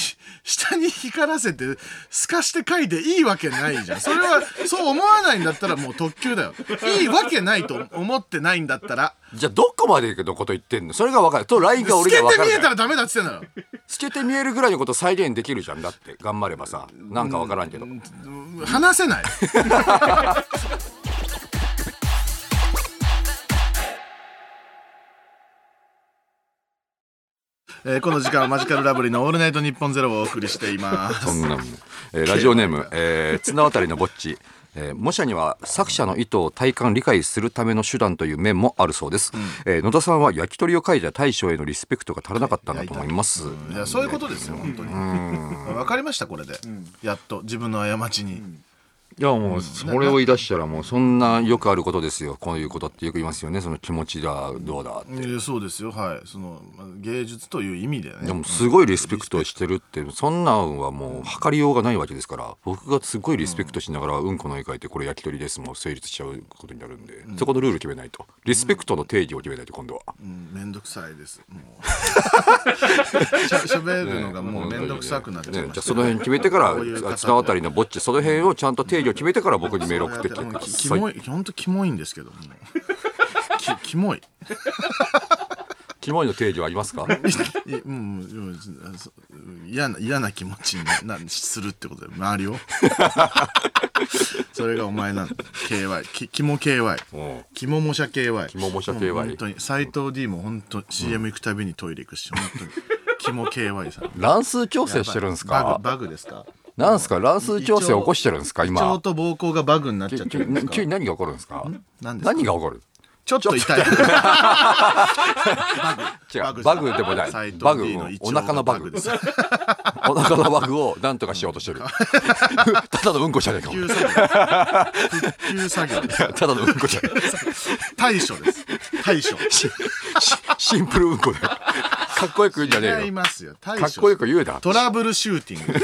Speaker 3: 下に光らせて透かして書いていいわけないじゃんそれはそう思わないんだったらもう特急だよいいわけないと思ってないんだったら
Speaker 4: じゃあどこまで行くのこと言ってんのそれが分かるとラインが
Speaker 3: 透
Speaker 4: 俺
Speaker 3: け
Speaker 4: が
Speaker 3: て
Speaker 4: 分かる
Speaker 3: 見え
Speaker 4: か
Speaker 3: た
Speaker 4: ら
Speaker 3: らダメだっつってんだろ
Speaker 4: 透けて見えるぐらいのこと再現できるじゃんだって頑張ればさなんか分からんけど
Speaker 3: 話せない えーこの時間はマジカルラブリーの「オールナイトニッポンゼロをお送りしています
Speaker 4: そんなもん、 えーラジオネーム、えー綱渡りのぼっち、えー、模写には作者の意図を体感理解するための手段という面もあるそうです、えー野田さんは焼き鳥を描いた大将へのリスペクトが足らなかったんだと思います
Speaker 3: いやそういうことですよ本当に分かりましたこれで、やっと自分の過ちに、
Speaker 4: いやもうそれを言い出したらもうそんなよくあることですよこういうことってよく言いますよねその気持ちだどうだ
Speaker 3: いやそうですよはいそのまあ芸術という意味でね
Speaker 4: でもすごいリスペクトしてるってそんなんはもう測りようがないわけですから僕がすごいリスペクトしながらうんこの絵描いてこれ焼き鳥ですもう成立しちゃうことになるんでそこのルール決めないとリスペクトの定義を決めないと今度は。
Speaker 3: うんめんどくさいですも うしゃ喋るのがもうめんどくさくなっちゃい
Speaker 4: ね
Speaker 3: ま
Speaker 4: じゃあ
Speaker 3: し
Speaker 4: そ
Speaker 3: た
Speaker 4: の辺決めてから
Speaker 3: ういう方
Speaker 4: 綱渡りのぼっちその辺をちゃんと定義を決めてから僕にメール送ってきてく
Speaker 3: もう
Speaker 4: だ
Speaker 3: きキ
Speaker 4: さ
Speaker 3: モ
Speaker 4: い
Speaker 3: い本当キモいんですけども きキモい
Speaker 4: キモいの定義はありますか
Speaker 3: い やうんうんうんそ嫌な嫌な気持ちにななするってことだよ周りを それがお前なんだ KY きキモ KY
Speaker 4: もう
Speaker 3: キモ模写 KY キ
Speaker 4: モ模写 KY
Speaker 3: 本当に斎藤 D も本当 CM 行くたびにトイレ行くし本当にキモ KY さん
Speaker 4: 乱数調整してるんです
Speaker 3: バ
Speaker 4: か
Speaker 3: グバグですか
Speaker 4: なんですか乱数調整起こしてるんですか
Speaker 3: 腸
Speaker 4: 今
Speaker 3: と膀胱がバグになっちゃってるんですか
Speaker 4: 急に何が起こるんですか
Speaker 3: 何ですか
Speaker 4: 何が起こる
Speaker 3: ちょっと痛い。
Speaker 4: 違
Speaker 3: バ
Speaker 4: う
Speaker 3: グ
Speaker 4: バグでもな
Speaker 3: 斎
Speaker 4: い
Speaker 3: 藤
Speaker 4: バグ
Speaker 3: D
Speaker 4: を
Speaker 3: の一応
Speaker 4: お腹のバグ
Speaker 3: です
Speaker 4: お腹のバグをなんとかしようとしてる ただのうんこじゃねえかお
Speaker 3: 復旧
Speaker 4: 前
Speaker 3: 作業。復旧作業です。
Speaker 4: ただのうんこじゃねえ
Speaker 3: 対処です。対処。
Speaker 4: ししシンプルうんこだよかっこよく言うんじゃねえ
Speaker 3: 違い
Speaker 4: よ
Speaker 3: ますよ。対処
Speaker 4: かっこよく言うな
Speaker 3: トラブルシューティング。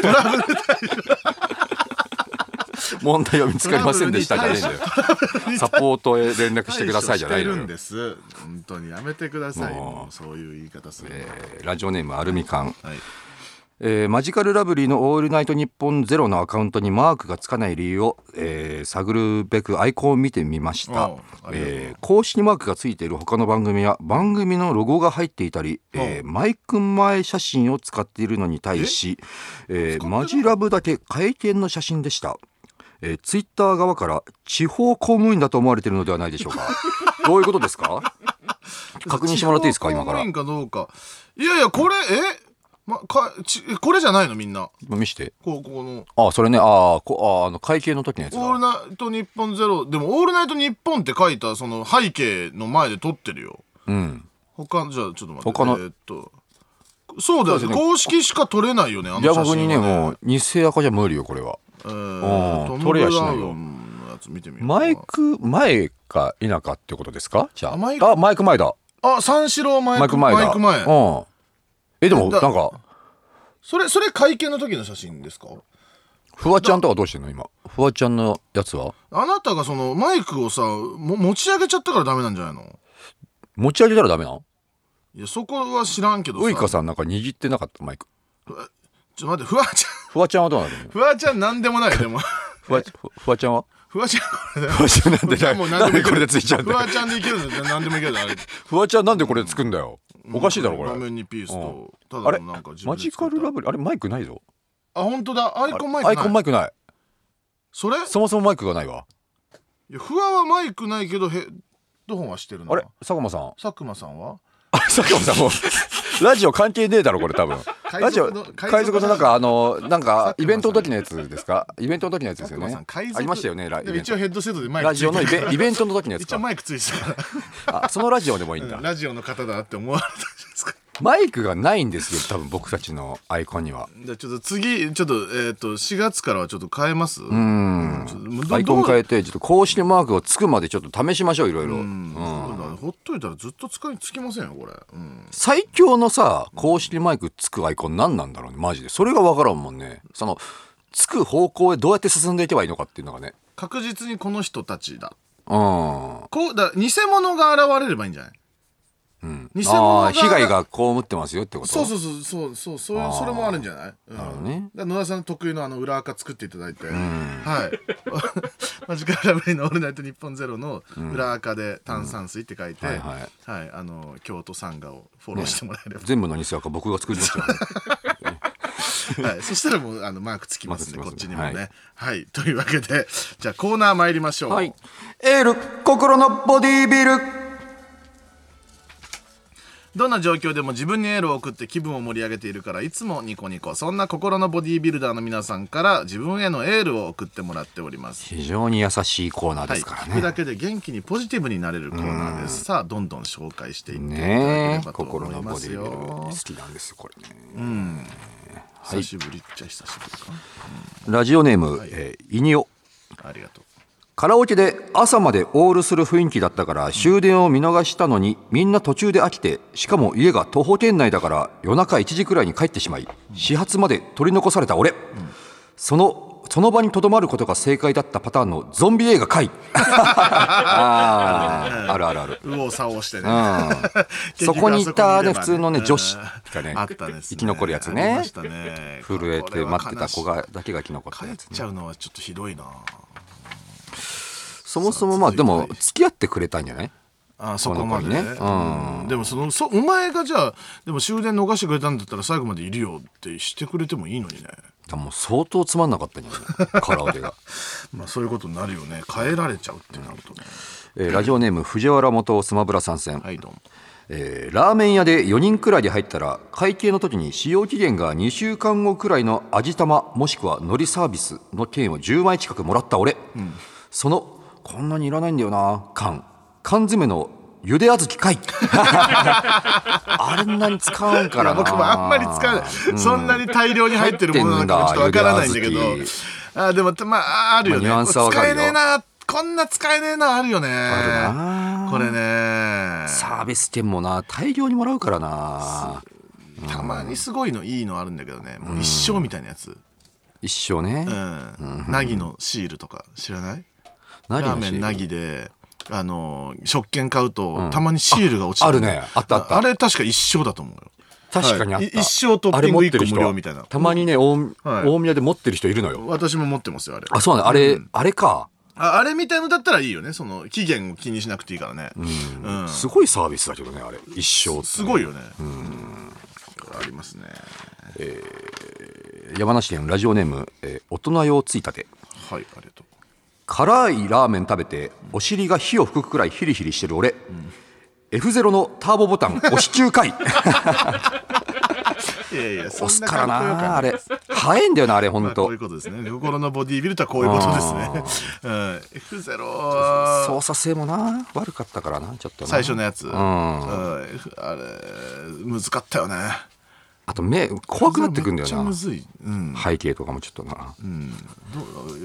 Speaker 4: 問題は見つかりませんでしたじゃねえんだよサポートへ連絡してくださいじゃない
Speaker 3: 対処し
Speaker 4: の
Speaker 3: てるん
Speaker 4: よ
Speaker 3: です。本当にやめてください。
Speaker 4: もう
Speaker 3: もうそういう言い方するの。
Speaker 4: えーラジオネームアルミ缶
Speaker 3: はい。
Speaker 4: えーマジカルラブリーの「オールナイトニッポンゼロのアカウントにマークがつかない理由を、えー探るべくアイコンを見てみまし
Speaker 3: あ
Speaker 4: た
Speaker 3: ーあ、りがとう
Speaker 4: えー公式マークがついている他の番組や番組のロゴが入っていたり、えーマイク前写真を使っているのに対し、えーマジラブだけ会見の写真でした、えーツイッター側から地方公務員だと思われているのではないでしょう かどういうことですか確認してもらっていいですか今から
Speaker 3: 地方公務員かどうか。いやいや、これ、えま、か、ち、これじゃないのみんな。
Speaker 4: 見して
Speaker 3: こう、この。
Speaker 4: あそれねあーこあーあの会計の時のやつだ
Speaker 3: オールナイトニッポンゼロでも「オールナイトニッポン」って書いたその背景の前で撮ってるよ
Speaker 4: うん。
Speaker 3: 他じゃあちょっと待って
Speaker 4: 他の
Speaker 3: えーっとそうだよね
Speaker 4: そうですね
Speaker 3: 公式しか撮れないよねあの写真
Speaker 4: 逆にね、
Speaker 3: う、
Speaker 4: もう、偽赤じゃ無理よ、これは。
Speaker 3: えー、
Speaker 4: うん
Speaker 3: トム・
Speaker 4: 撮
Speaker 3: ブ
Speaker 4: れ
Speaker 3: ラウ
Speaker 4: やしないよ
Speaker 3: ンのやつ見てみようかな
Speaker 4: マイク前か否かってことですかじゃ
Speaker 3: あマイ
Speaker 4: あ。
Speaker 3: ク
Speaker 4: あ、マイク前だ。
Speaker 3: あ三四郎マ
Speaker 4: マ
Speaker 3: イ
Speaker 4: イ
Speaker 3: ク
Speaker 4: ク前
Speaker 3: 前
Speaker 4: だ。
Speaker 3: マイク前
Speaker 4: うん。え、でも、な
Speaker 3: だ
Speaker 4: んか、
Speaker 3: それそれ会見の時の写真ですか
Speaker 4: フワちゃんとかどうしてんの今。フワちゃんのやつは
Speaker 3: あなたがそのマイクをさも持ち上げちゃったからダメなんじゃないの
Speaker 4: 持ち上げたらダメなの
Speaker 3: いやそこは知らんけどさ
Speaker 4: ウイカさんなんか握ってなかった、マイク。
Speaker 3: ちょっと待ってフワちゃん
Speaker 4: フワちゃんはどうなるの
Speaker 3: フワちゃんなんでもないよでも
Speaker 4: フワ、フワちゃんは
Speaker 3: フワちゃんこれだよ
Speaker 4: フワちゃんなんで
Speaker 3: じゃあ
Speaker 4: な、
Speaker 3: もうん何
Speaker 4: なん
Speaker 3: でもい
Speaker 4: で
Speaker 3: け
Speaker 4: こ
Speaker 3: る
Speaker 4: れでついちゃうん
Speaker 3: フ
Speaker 4: だよ
Speaker 3: ワちゃんでいけるんだよ何でもいけるんだよあれ
Speaker 4: フワちゃんなんでこれつくんだよ。 おかしいだろ、こ
Speaker 3: 画
Speaker 4: れ。
Speaker 3: 面にピースとた
Speaker 4: あ
Speaker 3: だ
Speaker 4: れ
Speaker 3: のなんか自分
Speaker 4: マ
Speaker 3: で
Speaker 4: ジ
Speaker 3: 作
Speaker 4: カ
Speaker 3: った
Speaker 4: ルラブリー、あれ、マイクないぞ。
Speaker 3: あ本当だアイ
Speaker 4: あれ
Speaker 3: コンマイ
Speaker 4: ア
Speaker 3: ク
Speaker 4: イコン
Speaker 3: ない
Speaker 4: マイクない。
Speaker 3: それ
Speaker 4: そもそもマイクがないわ。
Speaker 3: いや不安はマイクないけどヘッドホンはしてるな
Speaker 4: あれ、佐久間さん。
Speaker 3: 佐久間さんは
Speaker 4: あ佐久間さんもうラジオ関係ねえだろこれ多分
Speaker 3: 海賊の
Speaker 4: ラジ
Speaker 3: 海
Speaker 4: オ海
Speaker 3: 賊
Speaker 4: 賊
Speaker 3: の
Speaker 4: のなんかあのなん
Speaker 3: 佐
Speaker 4: か
Speaker 3: 久間さん
Speaker 4: イベントの時のやつですかイベントの時のやつですよ
Speaker 3: 佐久間
Speaker 4: ね
Speaker 3: さん海賊
Speaker 4: ありましたよねライ
Speaker 3: でも
Speaker 4: ベン
Speaker 3: 一応
Speaker 4: ト
Speaker 3: ヘッドセットでマイク
Speaker 4: ラジオのイ
Speaker 3: ついて
Speaker 4: ベ
Speaker 3: る
Speaker 4: イベントの時のやつ
Speaker 3: 一応
Speaker 4: か
Speaker 3: マイクついてたか
Speaker 4: あそのラジオでもいいん
Speaker 3: ら
Speaker 4: だ
Speaker 3: ラジオの方だなって思われたんじゃないですか
Speaker 4: マイクがないんですよ多分僕たちのアイコンには
Speaker 3: じゃあちょっと次ちょっとえっと4月からはちょっと変えますう
Speaker 4: うんん
Speaker 3: ど
Speaker 4: アイコン
Speaker 3: どう
Speaker 4: 変えてちょっと公式マークをつくまでちょっと試しましょういろいろ
Speaker 3: そうだねほっといたらずっと使いつきませんよこれうん
Speaker 4: 最強のさ公式マイクつくアイコン何なんだろうねマジでそれが分からんもんねそのつく方向へどうやって進んでいけばいいのかっていうのがね
Speaker 3: 確実にこの人たちだ
Speaker 4: うん
Speaker 3: こうだ偽物が現れればいいんじゃないうん偽物
Speaker 4: あ
Speaker 3: が
Speaker 4: あー被害が被ってますよってこと
Speaker 3: そうそうそうそうそうそうそれもあるんじゃない、うん、な
Speaker 4: るほどね
Speaker 3: 野田さんの得意のあの裏垢作っていただいて、はい マジカルラブリーの「オールナイトニッポンゼロの裏垢で炭酸水って書いて、
Speaker 4: うん
Speaker 3: はい、
Speaker 4: はい
Speaker 3: あの京都サンガをフォローしてもらえれば、
Speaker 4: 全部の偽赤僕が作りました よね
Speaker 3: はい、そしたらもうあのマークつきますんで
Speaker 4: マー
Speaker 3: こっ
Speaker 4: クつ
Speaker 3: ち
Speaker 4: き
Speaker 3: に
Speaker 4: ますね
Speaker 3: もねはい、というわけでじゃあコーナー参りましょう、
Speaker 4: はいエール心のボディービル
Speaker 3: どんな状況でも自分にエールを送って気分を盛り上げているからいつもニコニコそんな心のボディービルダーの皆さんから自分へのエールを送ってもらっております
Speaker 4: 非常に優しいコーナ
Speaker 3: は
Speaker 4: ーで
Speaker 3: い、
Speaker 4: すから
Speaker 3: 聞く
Speaker 4: ね、
Speaker 3: だけで元気にポジティブになれるコーナーです。さあ、どんどん紹介していっていただ
Speaker 4: ね
Speaker 3: けれ
Speaker 4: え
Speaker 3: ばと
Speaker 4: 心
Speaker 3: 思い
Speaker 4: の
Speaker 3: ま
Speaker 4: ボデ
Speaker 3: す
Speaker 4: ィー
Speaker 3: よ。
Speaker 4: ビル好きなんですよこれね、
Speaker 3: 久しぶりっちゃ久しぶりか
Speaker 4: ラジオネーム、えーイニオ
Speaker 3: な。ありがとう。
Speaker 4: カラオケで朝までオールする雰囲気だったから終電を見逃したのにみんな途中で飽きてしかも家が徒歩圏内だから夜中1時くらいに帰ってしまい始発まで取り残された俺、そのその場にとどまることが正解だったパターンのゾンビ映画か いあーあるあるある
Speaker 3: 右往左往してね。
Speaker 4: うん
Speaker 3: 結
Speaker 4: そ
Speaker 3: 局
Speaker 4: こにいたね
Speaker 3: あそ
Speaker 4: 普
Speaker 3: こに
Speaker 4: 通
Speaker 3: いれば
Speaker 4: のね女子がね
Speaker 3: あったですね。
Speaker 4: 生き残るやつ
Speaker 3: あり
Speaker 4: ね
Speaker 3: ましたね
Speaker 4: 震えて待ってた子。がだけが生き残っ
Speaker 3: こ
Speaker 4: た
Speaker 3: れは悲
Speaker 4: や
Speaker 3: し
Speaker 4: つ
Speaker 3: い帰っちゃうのはちょっとひどいな。
Speaker 4: そもそもまあでも付き合ってくれたんじゃない
Speaker 3: あそこまでね。
Speaker 4: この子にね
Speaker 3: うんでもそのそお前がじゃあでも終電逃してくれたんだったら最後までいるよってしてくれてもいいのにね。
Speaker 4: 多分もう相当つまんなかったんじゃないカラオケが。
Speaker 3: まあそういうことになるよね。帰られちゃうってなるとね。
Speaker 4: えーラジオネーム藤原元スマブラ参戦、
Speaker 3: はいどうも。
Speaker 4: えーラーメン屋で4人くらいで入ったら会計の時に使用期限が2週間後くらいの味玉もしくは海苔サービスの券を10枚近くもらった俺、そのこんなにいらないんだよな缶缶詰のゆであず きかいあれんなに使うんからな
Speaker 3: 僕もあんまり使わない、そんなに大量に入ってるものなのかもちょっとわからないんだけど
Speaker 4: 入ってんだゆで
Speaker 3: あでもまああるよね、
Speaker 4: まあニュアンスはわか
Speaker 3: 使
Speaker 4: るよ
Speaker 3: えねえなこんな使えねえなあるよね
Speaker 4: あるな
Speaker 3: これね
Speaker 4: サービス券もな大量にもらうからな
Speaker 3: たまにすごいのいいのあるんだけどねもう一生みたいなやつ
Speaker 4: 一生ね、
Speaker 3: うんなぎのシールとか知らない
Speaker 4: 何
Speaker 3: ラー
Speaker 4: の
Speaker 3: メ
Speaker 4: シー
Speaker 3: ン
Speaker 4: ル
Speaker 3: なぎであの食券買うとたまにシールが落ちて
Speaker 4: ああるねあったあった
Speaker 3: れ確か一生だと思うよ
Speaker 4: 確かにあっ
Speaker 3: は
Speaker 4: た、
Speaker 3: いい一生トッピング一個無料みたいな
Speaker 4: あれ持ってる人たまにね大,、
Speaker 3: はい
Speaker 4: 大宮で持ってる人いるのよ
Speaker 3: 私も持ってますよあれ
Speaker 4: あそうなんだあれ、あれか
Speaker 3: ああれみたいのだったらいいよねその期限を気にしなくていいからねうん、
Speaker 4: すごいサービスだけどねあれ一生
Speaker 3: すごいよねありますね
Speaker 4: 山梨県ラジオネーム、えー大人用ついたて
Speaker 3: はいありがとう
Speaker 4: 辛いラーメン食べてお尻が火を吹くくらいヒリヒリしてる俺、F0 のターボボ タン押し中かい
Speaker 3: いやいや、そ
Speaker 4: 押す
Speaker 3: んな
Speaker 4: から
Speaker 3: かっこよく
Speaker 4: なあれ早いんだよなあれ本
Speaker 3: まあ、こ
Speaker 4: 当、
Speaker 3: ういうことですね。心のボディービルとはこういうことですね。うん、F0 は
Speaker 4: 操作性もな悪かったからなちょっとな
Speaker 3: 最初のやつ。うん、
Speaker 4: ん
Speaker 3: F- あれ、難かったよね。
Speaker 4: あと目怖くなってくんだ
Speaker 3: め
Speaker 4: よ
Speaker 3: っちゃ
Speaker 4: な
Speaker 3: むずい。うん。
Speaker 4: 背景とかもちょっとな、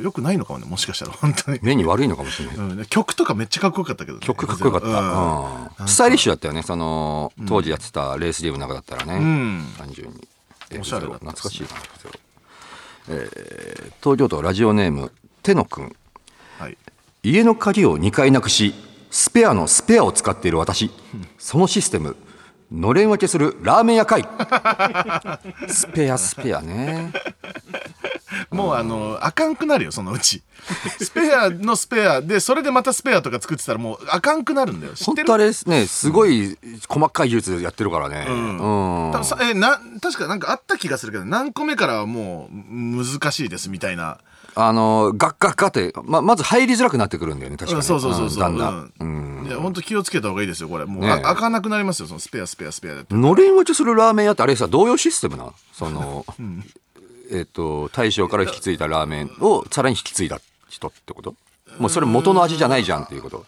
Speaker 3: よくないのかもね、もしかしたら、本当に。
Speaker 4: 目に悪いのかもしれない
Speaker 3: うん、曲とかめっちゃかっこよかったけど、ね、
Speaker 4: 曲かっこよかった、
Speaker 3: うん
Speaker 4: うんスタイリッシュだったよねその当時やってたレースゲームの中だったらね、
Speaker 3: ん
Speaker 4: 単純に
Speaker 3: おしゃれだった
Speaker 4: 懐かしいなゼロえー東京都ラジオネームてのくん
Speaker 3: はい。
Speaker 4: 家の鍵を2回なくしスペアのスペアを使っている私そのシステムのれん分けするラーメン屋 かいスペアスペアね
Speaker 3: もうあの、あかんくなるよ、そのうち。スペアのスペアで、それでまたスペアとか作ってたらもうあかんくなるんだよ。知っ
Speaker 4: 本
Speaker 3: てる
Speaker 4: 当あれですねすごい細かい技術でやってるからねうん
Speaker 3: 多分さえな確かなんかあった気がするけど何個目からはもうむ難しいですみたいな、
Speaker 4: あのガッガッガってままず入りづらくなってくるんだよね確か
Speaker 3: う
Speaker 4: に、
Speaker 3: ん、そうそうそうそう、
Speaker 4: んだんだん、
Speaker 3: うんいや本当気をつけた方がいいですよこれもう、
Speaker 4: ねえ
Speaker 3: あ開かなくなりますよそのスペアスペアスペアでって
Speaker 4: のれん分けするラーメン屋ってあれさ同様システムなその、えっ、と大将から引き継いだラーメンをさらに引き継いだ人ってこともうそれ元の味じゃないじゃんっていうこと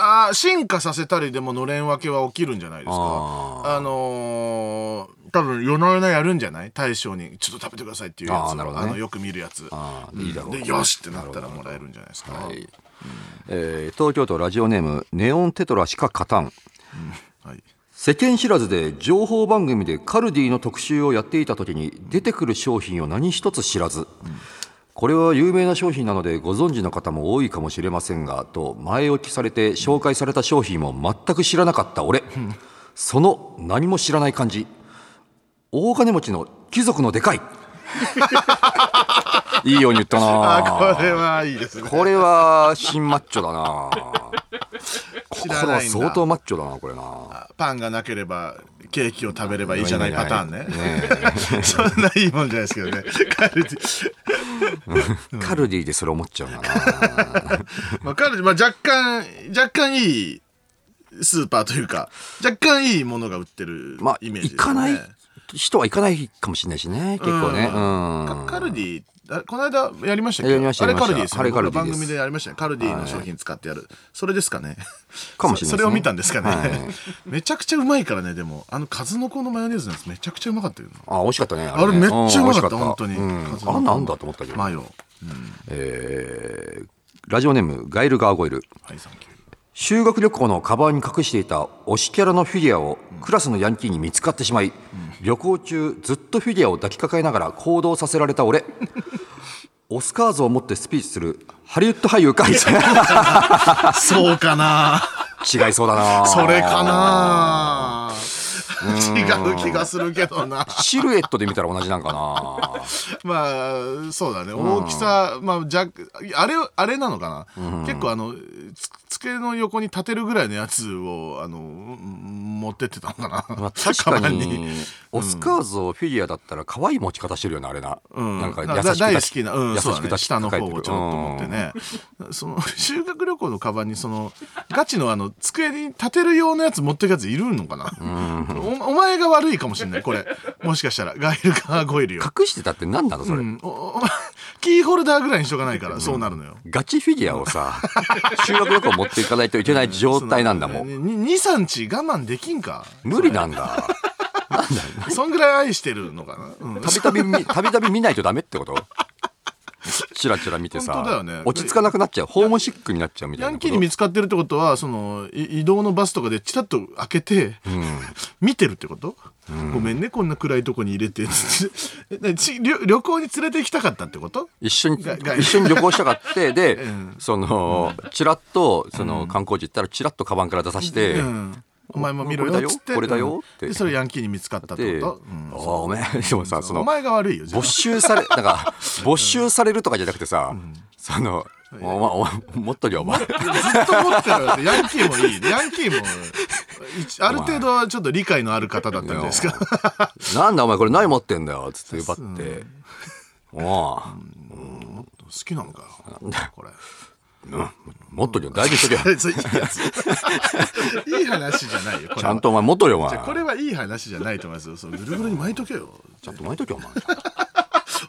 Speaker 3: ああ進化させたりでものれん分けは起きるんじゃないですか
Speaker 4: あ
Speaker 3: あのー多分夜な夜なやるんじゃない大将にちょっと食べてくださいっていうやつ
Speaker 4: あーなるほどね
Speaker 3: のよく見るやつ
Speaker 4: あーいいだろう
Speaker 3: でよしってなったらもらえるんじゃないですか、
Speaker 4: はいえー東京都ラジオネームネオンテトラしか勝たん
Speaker 3: はい
Speaker 4: 世間知らずで情報番組でカルディの特集をやっていた時に出てくる商品を何一つ知らず、これは有名な商品なのでご存知の方も多いかもしれませんがと前置きされて紹介された商品も全く知らなかった俺、その何も知らない感じ大金持ちの貴族の でかいいいように言った
Speaker 3: あ
Speaker 4: な
Speaker 3: これはいいですね
Speaker 4: これは新マッチョだなこ
Speaker 3: 知
Speaker 4: れ
Speaker 3: らないんだ
Speaker 4: は相当マッチョだなこれな
Speaker 3: パンがなければケーキを食べればいいじゃないパターンね
Speaker 4: ね
Speaker 3: そんないいもんじゃないですけどね カルディ、
Speaker 4: カルディでそれ思っちゃうんだな
Speaker 3: まあ、カルディ、まあ、若干若干いいスーパーというか若干いいものが売ってる
Speaker 4: まあ
Speaker 3: イメージ
Speaker 4: 行
Speaker 3: です
Speaker 4: か
Speaker 3: ね、
Speaker 4: ない人は行かないかもしれないしね結構ねうん
Speaker 3: かカルディあこの間やりましたっけ
Speaker 4: やりました
Speaker 3: あれ
Speaker 4: やり
Speaker 3: カ
Speaker 4: まし
Speaker 3: ル
Speaker 4: た
Speaker 3: ディです
Speaker 4: あ
Speaker 3: ね
Speaker 4: れ
Speaker 3: 僕
Speaker 4: カ
Speaker 3: ら
Speaker 4: ルディ
Speaker 3: 番
Speaker 4: です
Speaker 3: 組でやりましたねカルディの商品使ってやる、それですかね
Speaker 4: かもしれな
Speaker 3: そ
Speaker 4: いですね
Speaker 3: それを見たんですかね、めちゃくちゃうまいからねでもあの数の子のマヨネーズのやつめちゃくちゃうまかったよ
Speaker 4: あ美味しかったねあ
Speaker 3: あれめっちゃうまかった
Speaker 4: ん
Speaker 3: 本当に、
Speaker 4: うん
Speaker 3: 数の
Speaker 4: あ
Speaker 3: 子
Speaker 4: ん
Speaker 3: の
Speaker 4: なんだと思ったけど
Speaker 3: マヨ
Speaker 4: えーラジオネームガイル・ガーゴイル
Speaker 3: はいサンキュー
Speaker 4: 修学旅行のカバンに隠していた推しキャラのフィギュアをクラスのヤンキーに見つかってしまい、旅行中ずっとフィギュアを抱きかかえながら行動させられた俺オスカーズを持ってスピーチするハリウッド俳優かい
Speaker 3: そうか な
Speaker 4: 違いそうだな
Speaker 3: それかな 違う気がするけどな
Speaker 4: シルエットで見たら同じなんかな
Speaker 3: まあそうだね大きさ、まあじゃあれあれなのかな、結構あのつ机の横に立てるぐらいのやつをあのうん持ってってたのかな、
Speaker 4: まあ確か
Speaker 3: カバン
Speaker 4: にオスカーズをフィギュアだったら可愛い持ち方してるよねあれな、
Speaker 3: うん、
Speaker 4: なんか
Speaker 3: だ
Speaker 4: 優しく
Speaker 3: だ大
Speaker 4: 抱
Speaker 3: 好
Speaker 4: き
Speaker 3: きな、うん、
Speaker 4: 優し
Speaker 3: そう
Speaker 4: く
Speaker 3: だ
Speaker 4: 抱
Speaker 3: ね
Speaker 4: き
Speaker 3: 下の方をちょっと持
Speaker 4: 抱
Speaker 3: っ
Speaker 4: い
Speaker 3: て
Speaker 4: る
Speaker 3: ねその修学旅行のカバンにそのガチのあの机に立てる用のやつ持ってるやついるのかな、おお前が悪いかもしれないこれもしかしたらガイルかゴイルよ
Speaker 4: うん隠してたって何なのそれ、
Speaker 3: うんおお前キーホルダーぐらいにしとかないから、そうなるのよ。
Speaker 4: ガチフィギュアをさ修学旅行持っていかないといけない状態なんだもん
Speaker 3: ん。二三日我慢できんか。
Speaker 4: 無理なんだ
Speaker 3: そんぐらい愛してるのかな。うん
Speaker 4: たびたびみたびたび見ないとダメってことチラチラ見て
Speaker 3: 本当だ
Speaker 4: さ、
Speaker 3: よね
Speaker 4: 落ち着かなくなっちゃうホームシックになっちゃうみたい
Speaker 3: ヤ
Speaker 4: な
Speaker 3: ン
Speaker 4: こと
Speaker 3: キーに見つかってるってことはそのい移動のバスとかでチラッと開けて、見てるってこと、ごめんねこんな暗いとこに入れてえなち旅旅行に連れて行きたかったってこと
Speaker 4: 一緒に
Speaker 3: がが
Speaker 4: 一緒に旅行したかっ てで、
Speaker 3: ん
Speaker 4: そのチラッとその観光地行ったらチラッとカバンから出さして、
Speaker 3: うん、お前も見ろ
Speaker 4: これだ
Speaker 3: よ
Speaker 4: よ
Speaker 3: っつって
Speaker 4: これだよ
Speaker 3: うん
Speaker 4: って
Speaker 3: でそれヤンキーに見つかったって
Speaker 4: で、
Speaker 3: こと、
Speaker 4: あーおめえでもさそ
Speaker 3: うん、お
Speaker 4: の
Speaker 3: 前が悪いよじゃあ
Speaker 4: 没収され なんか没収されるとかじゃなくてさ、そのお前お前持っとるよお前
Speaker 3: ずっと思ってるわけヤンキーもいいヤンキーも一ある程度はちょっと理解のある方だったんじゃないですか
Speaker 4: なんだお前これ何持ってんだよつって奪って、おう
Speaker 3: 好きなのかよこれ
Speaker 4: 持っとるよ大事にしとけよ
Speaker 3: それいいやついい話じゃないよこれは
Speaker 4: ちゃんとお前持っとるよお前
Speaker 3: これはいい話じゃないと思いますよ。そのぐるぐるに巻いとけよ。
Speaker 4: ちゃんと巻いとけよお前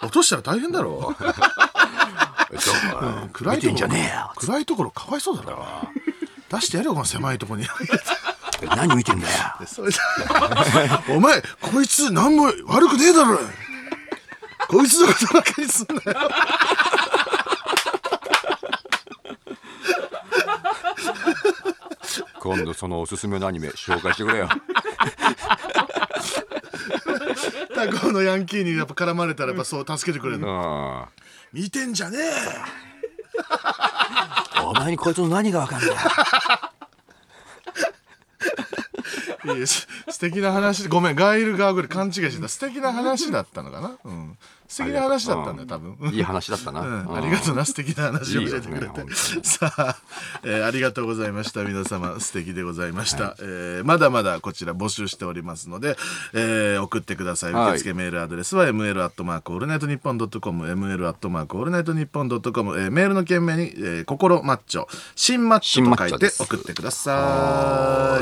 Speaker 3: 落としたら大変だろ。
Speaker 4: ちょお前
Speaker 3: 暗い
Speaker 4: 見
Speaker 3: と
Speaker 4: てん
Speaker 3: こ
Speaker 4: じゃ
Speaker 3: ろ
Speaker 4: ねえよ
Speaker 3: 暗いところかわいそうだろ。出してやるよ、この狭いところに。
Speaker 4: 何見てんだよ
Speaker 3: それでお前、こいつ何も悪くねえだろ。こいつのことばかりすんなよ。
Speaker 4: 今度そのおすすめのアニメ紹介してくれよ
Speaker 3: 他校のヤンキーにやっぱ絡まれたらやっぱそう助けてくれる
Speaker 4: う
Speaker 3: の。
Speaker 4: ん
Speaker 3: 見てんじゃね
Speaker 4: お前にこいつの何がわかるんだよ
Speaker 3: え。いやす素敵な話。ごめん、ガイル側ぐらい勘違いしてた。素敵な話だったのかな。うん。素敵な話だったんだよ、多分。
Speaker 4: いい話だったな、
Speaker 3: うん、ありがとうな素敵な話を教えてく
Speaker 4: いい
Speaker 3: れ
Speaker 4: よ
Speaker 3: て、
Speaker 4: ね本
Speaker 3: さあ、えーありがとうございました皆様素敵でございました、えーまだまだこちら募集しておりますので、えー送ってください
Speaker 4: はい
Speaker 3: 受付メールアドレスは ml アットマークオールナイトニッポンドットコム ml アットマークオールナイトニッポンドットコムメールの件名に、えー心マッチョ新マッチョと書
Speaker 4: 新マッチョ
Speaker 3: い
Speaker 4: で
Speaker 3: て
Speaker 4: す
Speaker 3: 送ってくださ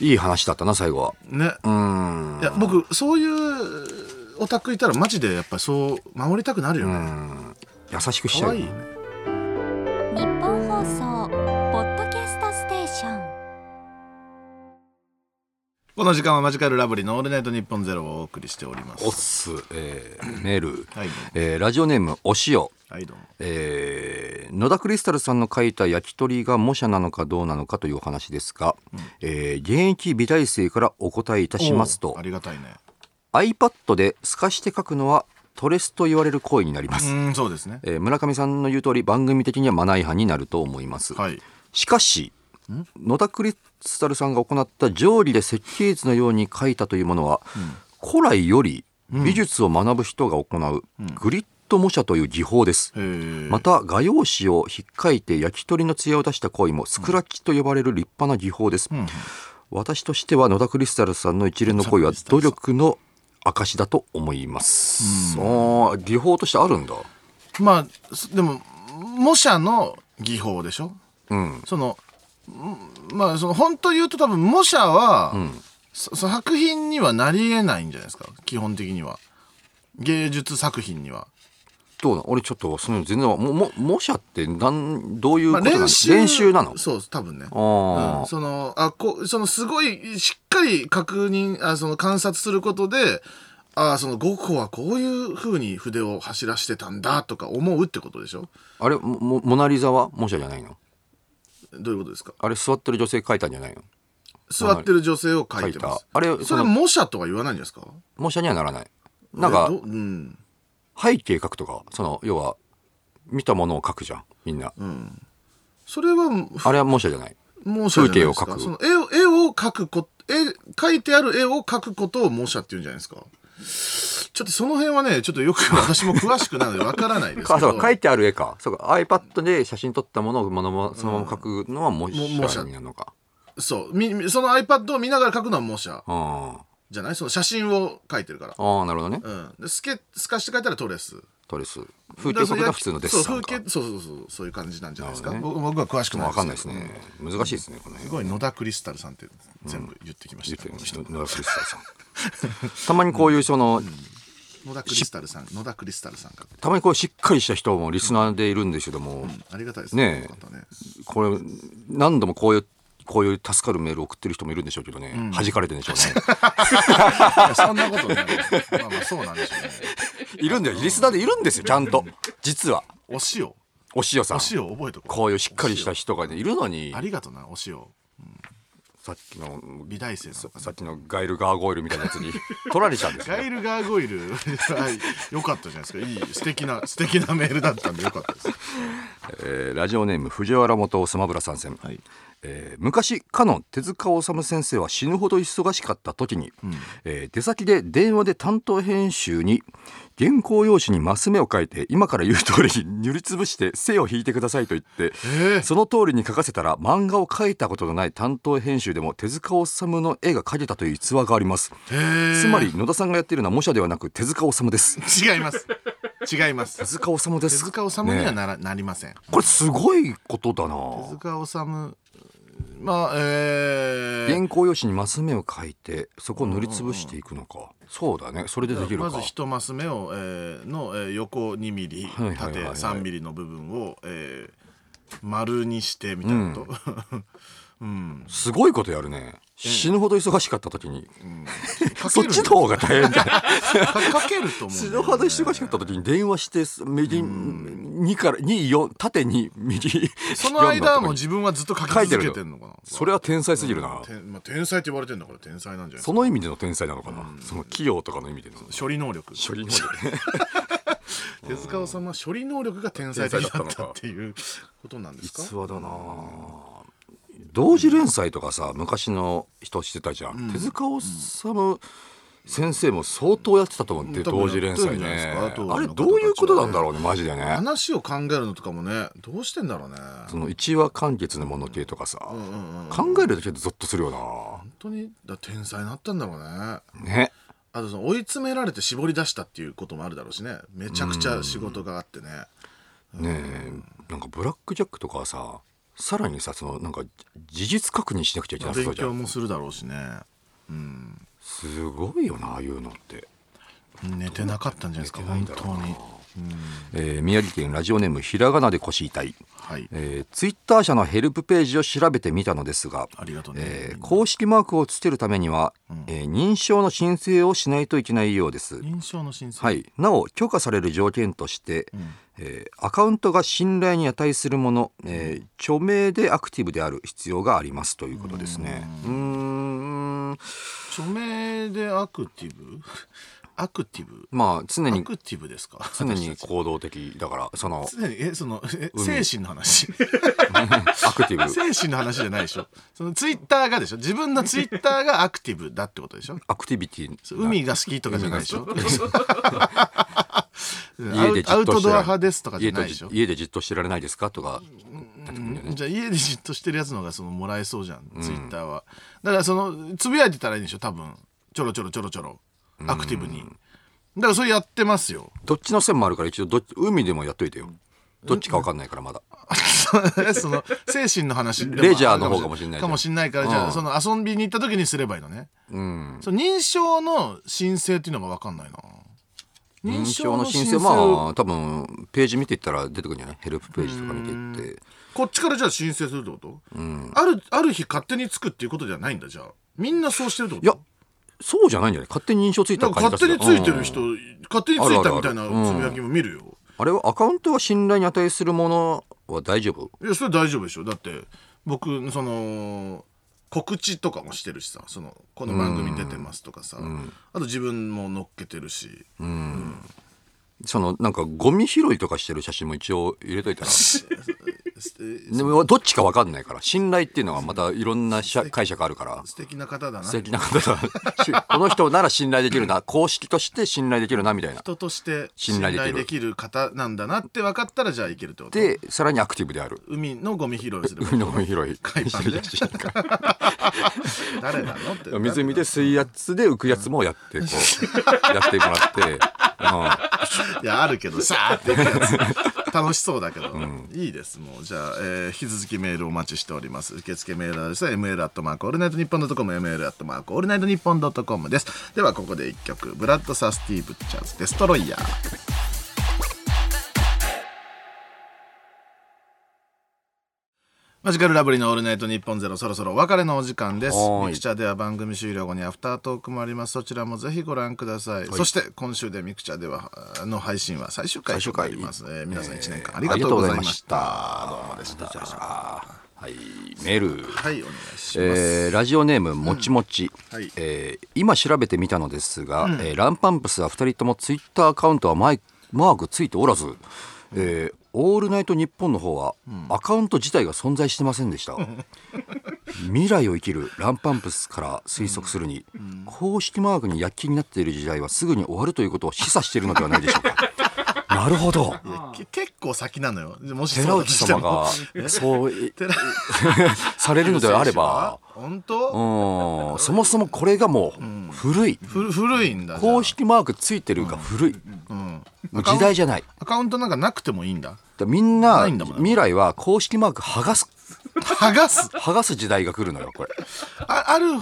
Speaker 3: い
Speaker 4: いい話だったな最後は
Speaker 3: ねいや僕そういうオタクいたらマジでやっぱそう守りたくなるよね
Speaker 4: 優しくしち
Speaker 3: 可
Speaker 4: ゃ
Speaker 3: 愛
Speaker 4: う
Speaker 3: い
Speaker 4: よ
Speaker 3: ね
Speaker 2: 日本放送ポッドキャストステーション
Speaker 3: この時間はマジカルラブリーのオールナイトニッポンゼロをお送りしております
Speaker 4: お。っす、えーメール、
Speaker 3: はい
Speaker 4: えーラジオネームお塩
Speaker 3: はいどうも。
Speaker 4: えー野田クリスタルさんの書いた焼き鳥が模写なのかどうなのかというお話ですが、えー現役美大生からお答えいたします
Speaker 3: おう
Speaker 4: と
Speaker 3: ありがたいね。
Speaker 4: iPad で透かして書くのはトレスと言われる行為になりま
Speaker 3: う
Speaker 4: す、
Speaker 3: ん、そうですね。
Speaker 4: えー村上さんの言う通り番組的にはマナー違反になると思います、
Speaker 3: はい。
Speaker 4: しかし野田クリスタルさんが行った定理で設計図のように書いたというものは、古来より美術を学ぶ人が行うグリッド模写という技法です、
Speaker 3: えー
Speaker 4: また画用紙をひっかいて焼き鳥の艶を出した行為もスクラッチと呼ばれる立派な技法です、私としては野田クリスタルさんの一連の行為は努力の証だと思います、あー技法としてあるんだ
Speaker 3: まあすでも模写の技法でしょ。
Speaker 4: うん
Speaker 3: そのんまあその本当言うと多分模写は、そその作品にはなり得ないんじゃないですか。基本的には芸術作品には。
Speaker 4: どうなん俺ちょっとその全然もも模写ってなんどういう
Speaker 3: ま
Speaker 4: こ
Speaker 3: あ、
Speaker 4: となの、
Speaker 3: 練習
Speaker 4: 練習なの
Speaker 3: そう多分ね。
Speaker 4: あー
Speaker 3: うんそのあこそのすごいしっかり確認あその観察することであそのゴッホはこういうふうに筆を走らしてたんだとか思うってことでしょ
Speaker 4: あれももモナ・リザは模写じゃないの
Speaker 3: どういうことですか
Speaker 4: あれ座ってる女性描いたんじゃないの
Speaker 3: 座ってる女性を描いてます
Speaker 4: 描いたあれ
Speaker 3: そ
Speaker 4: そ
Speaker 3: れ
Speaker 4: の
Speaker 3: 模写とは言わないんじゃないですか
Speaker 4: 模写にはならないなんか
Speaker 3: えどうん
Speaker 4: 背景描くとかその要は見たものを描くじゃんみんな、
Speaker 3: それは
Speaker 4: あれは模写じゃない
Speaker 3: 模写じゃないです
Speaker 4: 風景を
Speaker 3: か
Speaker 4: 描く
Speaker 3: その絵を絵を描くこ絵描いてある絵を描くことを模写って言うんじゃないですかちょっとその辺はねちょっとよく私も詳しくないのでわからないですけ
Speaker 4: あ
Speaker 3: ど
Speaker 4: そうか書いてある絵かそうか iPad で写真撮ったものをまのまそのまま描くのは模
Speaker 3: も模
Speaker 4: 写
Speaker 3: 写
Speaker 4: になるのか、
Speaker 3: そうみみその iPad を見ながら描くのは模写
Speaker 4: あ
Speaker 3: じゃないその写真を描いてるから、
Speaker 4: ーあーなるほどね、
Speaker 3: うん、でスケスカして描いたらトレス
Speaker 4: トレス風景描くが普通のデッ
Speaker 3: そ
Speaker 4: サ
Speaker 3: う
Speaker 4: ンか
Speaker 3: 風景そうそうそうそういう感じなんじゃないですか、
Speaker 4: なる
Speaker 3: 僕僕は詳しく
Speaker 4: でも
Speaker 3: ない
Speaker 4: 分かんないですね難しいですねこの
Speaker 3: す
Speaker 4: 辺
Speaker 3: ごい野田クリスタルさんって全部言ってきまし、
Speaker 4: 言ったて
Speaker 3: こ
Speaker 4: る
Speaker 3: の人
Speaker 4: 野田クリスタルさんたまにこういうその
Speaker 3: 野田クリスタルさん野田クリスタルさんが
Speaker 4: たまにこうしっかりした人もリスナーでいるんですけども、
Speaker 3: ありがたいです
Speaker 4: ねえ
Speaker 3: この方ね
Speaker 4: これ何度もこういうこういう助かるメール送ってる人もいるんでしょうけどね、弾かれてるんでしょうね
Speaker 3: いやそんなことないまあまあそうなんでしょうね
Speaker 4: いるんだよリスナーでいるんですよちゃんと実は
Speaker 3: お塩
Speaker 4: お塩さん
Speaker 3: お塩覚えとこ
Speaker 4: こういうしっかりした人がねいるのに
Speaker 3: ありがとなお塩
Speaker 4: さっきの
Speaker 3: 美大生の
Speaker 4: さっきのガイル・ガーゴイルみたいなやつ に取られちゃうんですよ
Speaker 3: ガイルガーゴイル はいよかったじゃないですかいい素敵な素敵なメールだったんでよかったです
Speaker 4: えーラジオネーム藤原元スマブラ参戦、
Speaker 3: い
Speaker 4: えー昔かの手塚治虫先生は死ぬほど忙しかった時に、えー出先で電話で担当編集に原稿用紙にマス目を書いて今から言う通りに 塗りつぶして線を引いてくださいと言って、その通りに書かせたら漫画を描いたことのない担当編集でも手塚治虫の絵が描けたという逸話がありますつまり野田さんがやっているのは模写ではなく手塚治虫です手
Speaker 3: 違います違い ます手
Speaker 4: 塚治虫です
Speaker 3: 塚治虫には
Speaker 4: ね
Speaker 3: なら、なりません
Speaker 4: これすごいことだな
Speaker 3: 手塚治虫まあえー
Speaker 4: 原稿用紙にマス目を書いてそこを塗りつぶしていくのかそうだねそれでできる
Speaker 3: ま
Speaker 4: か
Speaker 3: ず一マス目を、えーの、えー横2ミリ
Speaker 4: はいはいはい
Speaker 3: 縦3ミリの部分を、えー丸にしてみたいな こと、
Speaker 4: すごいことやるね死ぬほど忙しかった時にそ
Speaker 3: そ
Speaker 4: っちの方が大変 だね
Speaker 3: かける と思う
Speaker 4: 死
Speaker 3: んだ
Speaker 4: ぬ
Speaker 3: よね
Speaker 4: ほど忙しかった時に電話して右2から24縦に右
Speaker 3: その間はもう
Speaker 4: 4
Speaker 3: 自分はずっと書き続けてんのかな
Speaker 4: それは天才すぎるな
Speaker 3: てんまあ、天才って言われてんだから天才なんじゃないです
Speaker 4: その意味での天才なのかなその器用とかの意味での
Speaker 3: か処理能力
Speaker 4: 処理能力ね
Speaker 3: 手塚治虫は処理能力が天才的だったっていうことなんですか
Speaker 4: 逸話だな同時連載とかさ昔の人してたじゃん、手塚治虫先生も相当やってたと思っ
Speaker 3: う
Speaker 4: て、
Speaker 3: ん多分
Speaker 4: 同時連
Speaker 3: やってる
Speaker 4: 載
Speaker 3: んじゃないです
Speaker 4: ね
Speaker 3: か当時の
Speaker 4: あれどういうことなんだろうねマジでね
Speaker 3: 話を考えるのとかもねどうしてんだろうね
Speaker 4: その一話完結のもの系とかさ、考えるだけでゾッとするよ
Speaker 3: 本当にだから天才になったんだろうねあ
Speaker 4: なね
Speaker 3: とその追い詰められて絞り出したっていうこともあるだろうしねめちゃくちゃ仕事があってね
Speaker 4: ねえなんかブラックジャックとかはささらにさそのなんか事実確認しなくちゃいけなさそ
Speaker 3: 勉
Speaker 4: うじゃ
Speaker 3: 強
Speaker 4: ん
Speaker 3: もするだろうしね
Speaker 4: すごいよなああいうのって。
Speaker 3: 寝てなかったんじゃないですか本当に
Speaker 4: えー宮城県ラジオネームひらがなで腰痛い、
Speaker 3: はい
Speaker 4: えー、ツイッター社のヘルプページを調べてみたのですが
Speaker 3: ありがとうね
Speaker 4: えー公式マークをつけるためには、えー認証の申請をしないといけないようです、
Speaker 3: 認証の申請
Speaker 4: はい、なお許可される条件として、えーアカウントが信頼に値するもの、えー著名でアクティブである必要がありますということですねうーん
Speaker 3: 署名でアクティブアクティブ
Speaker 4: まあ常
Speaker 3: ア
Speaker 4: に
Speaker 3: クティブですか
Speaker 4: 常に行動的だから その
Speaker 3: 常にえそのえ精神の話
Speaker 4: アクティブ
Speaker 3: 精神の話じゃないでしょそのツイッターがでしょ自分のツイッターがアクティブだってことでしょ
Speaker 4: アクティビティ
Speaker 3: 海が好きとかじゃないでしょア
Speaker 4: 家
Speaker 3: ウ
Speaker 4: でじっとしてら
Speaker 3: アウトドア派ですとかじゃ
Speaker 4: 家
Speaker 3: な
Speaker 4: と
Speaker 3: いでしょ
Speaker 4: 家でじっとしてられないですかとかなってくるんだよね
Speaker 3: じゃあ家でじっとしてるやつの方がそのもらえそうじゃん、ツイッターはだからそのつぶやいてたらいいんでしょ多分ちょろちょろちょろちょろアクティブに、だからそれやってますよ
Speaker 4: どっちの線もあるから一応どっち海でもやっといてよどっちかわかんないからまだ
Speaker 3: その精神の話でも
Speaker 4: レジャーの方かもしれないじゃん
Speaker 3: かもしれないからじゃあ、
Speaker 4: うん
Speaker 3: その遊びに行った時にすればいいのね
Speaker 4: うん
Speaker 3: その認証の申請っていうのが分かんないな
Speaker 4: 認証の申請まあ多分ページ見ていったら出てくるんじゃないヘルプページとか見ていって
Speaker 3: こっちからじゃあ申請するってこと、あるある日勝手につくっていうことじゃないんだじゃあみんなそうしてるってこと
Speaker 4: いやそうじゃないんじゃない勝手に認証つい
Speaker 3: な
Speaker 4: た
Speaker 3: んか
Speaker 4: 感
Speaker 3: 勝
Speaker 4: じ
Speaker 3: 手に
Speaker 4: 出
Speaker 3: つ
Speaker 4: す
Speaker 3: い
Speaker 4: よ
Speaker 3: てる人、
Speaker 4: うん
Speaker 3: 勝手についたみたい
Speaker 4: あ
Speaker 3: な
Speaker 4: るある
Speaker 3: つぶやきも見るよ、
Speaker 4: あれはアカウントが信頼に値するものは大丈夫
Speaker 3: いやそれ大丈夫でしょだって僕その告知とかもしてるしさそのこの番組出てますとかさ、あと自分も乗っけてるし、
Speaker 4: そのなんかゴミ拾いとかしてる写真も一応入れと いたら
Speaker 3: すて
Speaker 4: でもどっちかわかんないから信頼っていうのがまたいろんなしゃ解釈あるから
Speaker 3: 素敵な方だな
Speaker 4: 素敵な方だ この人なら信頼できるな公式として信頼できるなみたいな
Speaker 3: 人として信
Speaker 4: 信頼できる
Speaker 3: 頼できる方なんだなって分かったらじゃあいけるってこと
Speaker 4: でさらにアクティブである
Speaker 3: 海のゴミ拾いをする
Speaker 4: 海のゴミ拾い
Speaker 3: 海パンね誰な のって
Speaker 4: 湖で水圧で浮くやつもやって こうやってもらって、うん
Speaker 3: いやあるけどさーって言うやつ楽しそうだけど、いいですもうじゃあ、えー引き続きメールお待ちしております受付メールはですね m l アットマークオールナイトニッポンドットコム m l アットマークオールナイトニッポンドットコムですではここで一曲ブラッド・サスティーブ・チャーズデストロイヤーマジカルラブリーのオールナイトニッポンゼロそろそろお別れのお時間です。
Speaker 4: はーい
Speaker 3: ミクチャでは番組終了後にアフタートークもあります。そちらもぜひご覧ください。そして今週でミクチャではあの配信は最終回
Speaker 4: 最終
Speaker 3: とな
Speaker 4: 回
Speaker 3: ります。えー皆さん1年間あ
Speaker 4: あ
Speaker 3: り
Speaker 4: り
Speaker 3: が
Speaker 4: が
Speaker 3: と
Speaker 4: と
Speaker 3: うご
Speaker 4: うご
Speaker 3: ざ
Speaker 4: ざ
Speaker 3: い
Speaker 4: い
Speaker 3: ま
Speaker 4: ま
Speaker 3: し。
Speaker 4: したた
Speaker 3: どうもでした。
Speaker 4: はいメール
Speaker 3: はい、お願いします。
Speaker 4: えーラジオネームもちもち、
Speaker 3: はい
Speaker 4: えー今調べてみたのですが、えーランパンプスは2人ともツイッターアカウントはマイマークついておらず、えーオールナイトニッポンの方はアカウント自体が存在してませんでした、 未来を生きるランパンプスから推測するに、公式マークに躍起になっている時代はすぐに終わるということを示唆しているのではないでしょう かなるほど
Speaker 3: け結構先なのよ。もし
Speaker 4: 寺
Speaker 3: そうだと
Speaker 4: 内
Speaker 3: しても
Speaker 4: 様がそう え されるのであれば。
Speaker 3: 本当、
Speaker 4: うんそもそもこれがもう古い、
Speaker 3: ふ古いんだ。じゃあ
Speaker 4: 公式マークついてるが古い、もう時代じゃないだか
Speaker 3: アカウントなんかなくてもいいんだ。
Speaker 4: らみんな
Speaker 3: ないんだもんね
Speaker 4: 未来は公式マーク剥がす
Speaker 3: 剥がす。
Speaker 4: 剥がす時代が来るのよこれ
Speaker 3: あ ある、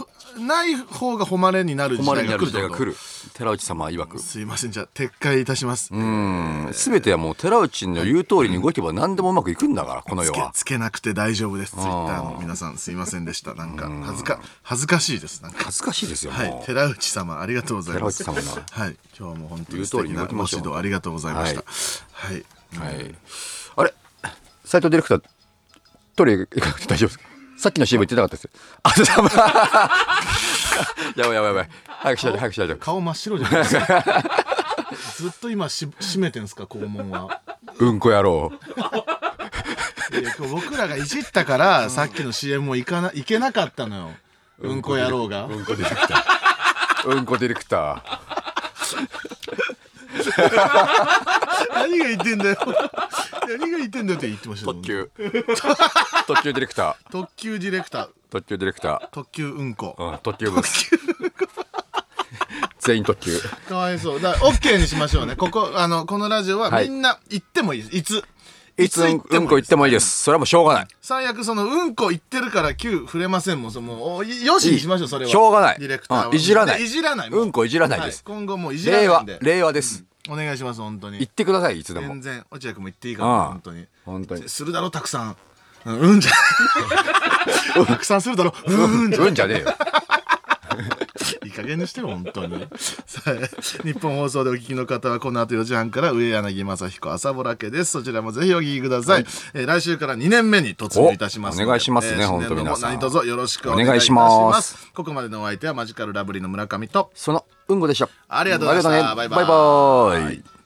Speaker 3: ない方が誉れになる時
Speaker 4: 誉
Speaker 3: 代
Speaker 4: れにな
Speaker 3: が来る
Speaker 4: る
Speaker 3: って
Speaker 4: 時代
Speaker 3: こ
Speaker 4: が
Speaker 3: と
Speaker 4: 来る寺内様曰く
Speaker 3: すいませんじゃあ撤回いたします
Speaker 4: うん全てはもう寺内の言う通りに動けば何でもうまくいくんだからこの世
Speaker 3: つけ
Speaker 4: は
Speaker 3: つけなくて大丈夫ですツイッターの皆さんすいませんでしたなんか恥ずか恥ずかしいですなんか
Speaker 4: 恥ずかしいですよもう、
Speaker 3: はい寺内様ありがとうございます
Speaker 4: 寺内様な
Speaker 3: はい今日も本当に
Speaker 4: 言う
Speaker 3: 素
Speaker 4: 通り
Speaker 3: 敵
Speaker 4: に
Speaker 3: な
Speaker 4: 動き
Speaker 3: ご
Speaker 4: ましょう
Speaker 3: 指導ありがとうございましたはい
Speaker 4: はいあれ斉藤ディレクタートイレ行かなくて大丈夫ですか さっきの CM 言ってなかったですよあそうだ やばいやばいやばい早くしないと早くしないと
Speaker 3: 顔真っ白じゃないですか ずっと今し閉めてんすか肛門は
Speaker 4: うんこ野郎
Speaker 3: いや今日僕らがいじったからさっきの CM も行かないけなかったのようんこ野郎が
Speaker 4: うんこディレクター。うんこディレクター。
Speaker 3: 何が言ってんだよ何が言ってんだよって言ってましたよ
Speaker 4: 特急。特急ディレクター。
Speaker 3: 特急ディレクター
Speaker 4: 特急ディレクタ
Speaker 3: 特急うんこ
Speaker 4: ー。うん、特急部。全員特急。
Speaker 3: かわいそうだからオッケーにしましょうねここあのこのラジオは
Speaker 4: はい
Speaker 3: みんな行ってもいいですいつ
Speaker 4: いつうんうんこ行ってもいいです。それはもうしょうがない。
Speaker 3: 最悪そのうんこ言ってるから Q 触れませんもんそのもうおいよし
Speaker 4: いい
Speaker 3: にしましょうそれは
Speaker 4: しょうがない
Speaker 3: ディレクターは
Speaker 4: うんいじらない
Speaker 3: いじらないも
Speaker 4: うんこいじらないです
Speaker 3: は今後もういじらな
Speaker 4: 令
Speaker 3: い
Speaker 4: 和
Speaker 3: んで、
Speaker 4: 令和です。
Speaker 3: お願いします本当
Speaker 4: 行
Speaker 3: に
Speaker 4: ってください、いつでも
Speaker 3: 全。然落合君も言っていいから
Speaker 4: ああ
Speaker 3: 本当に
Speaker 4: 本当に
Speaker 3: するだろたくさんうんうんじゃ たくさんするだろうんうんじゃ
Speaker 4: うんじゃねえよ。
Speaker 3: いい加減にしてよ本当にさあ日本放送でお聞きの方はこの後4時半から上柳正彦朝ぼら家ですそちらもぜひお聞きください、えー来週から2年目に突入いたしますので
Speaker 4: おお願いしますね
Speaker 3: 新年度も
Speaker 4: 本当皆さん
Speaker 3: 何卒よろしくお願いい
Speaker 4: お
Speaker 3: た
Speaker 4: 願い
Speaker 3: し
Speaker 4: し
Speaker 3: ます
Speaker 4: ます
Speaker 3: ここまでのお相手はマジカルラブリーの村上と
Speaker 4: そのうんこでした。
Speaker 3: ありがとうございました
Speaker 4: ありがとね
Speaker 3: バイバイ
Speaker 4: バイバイ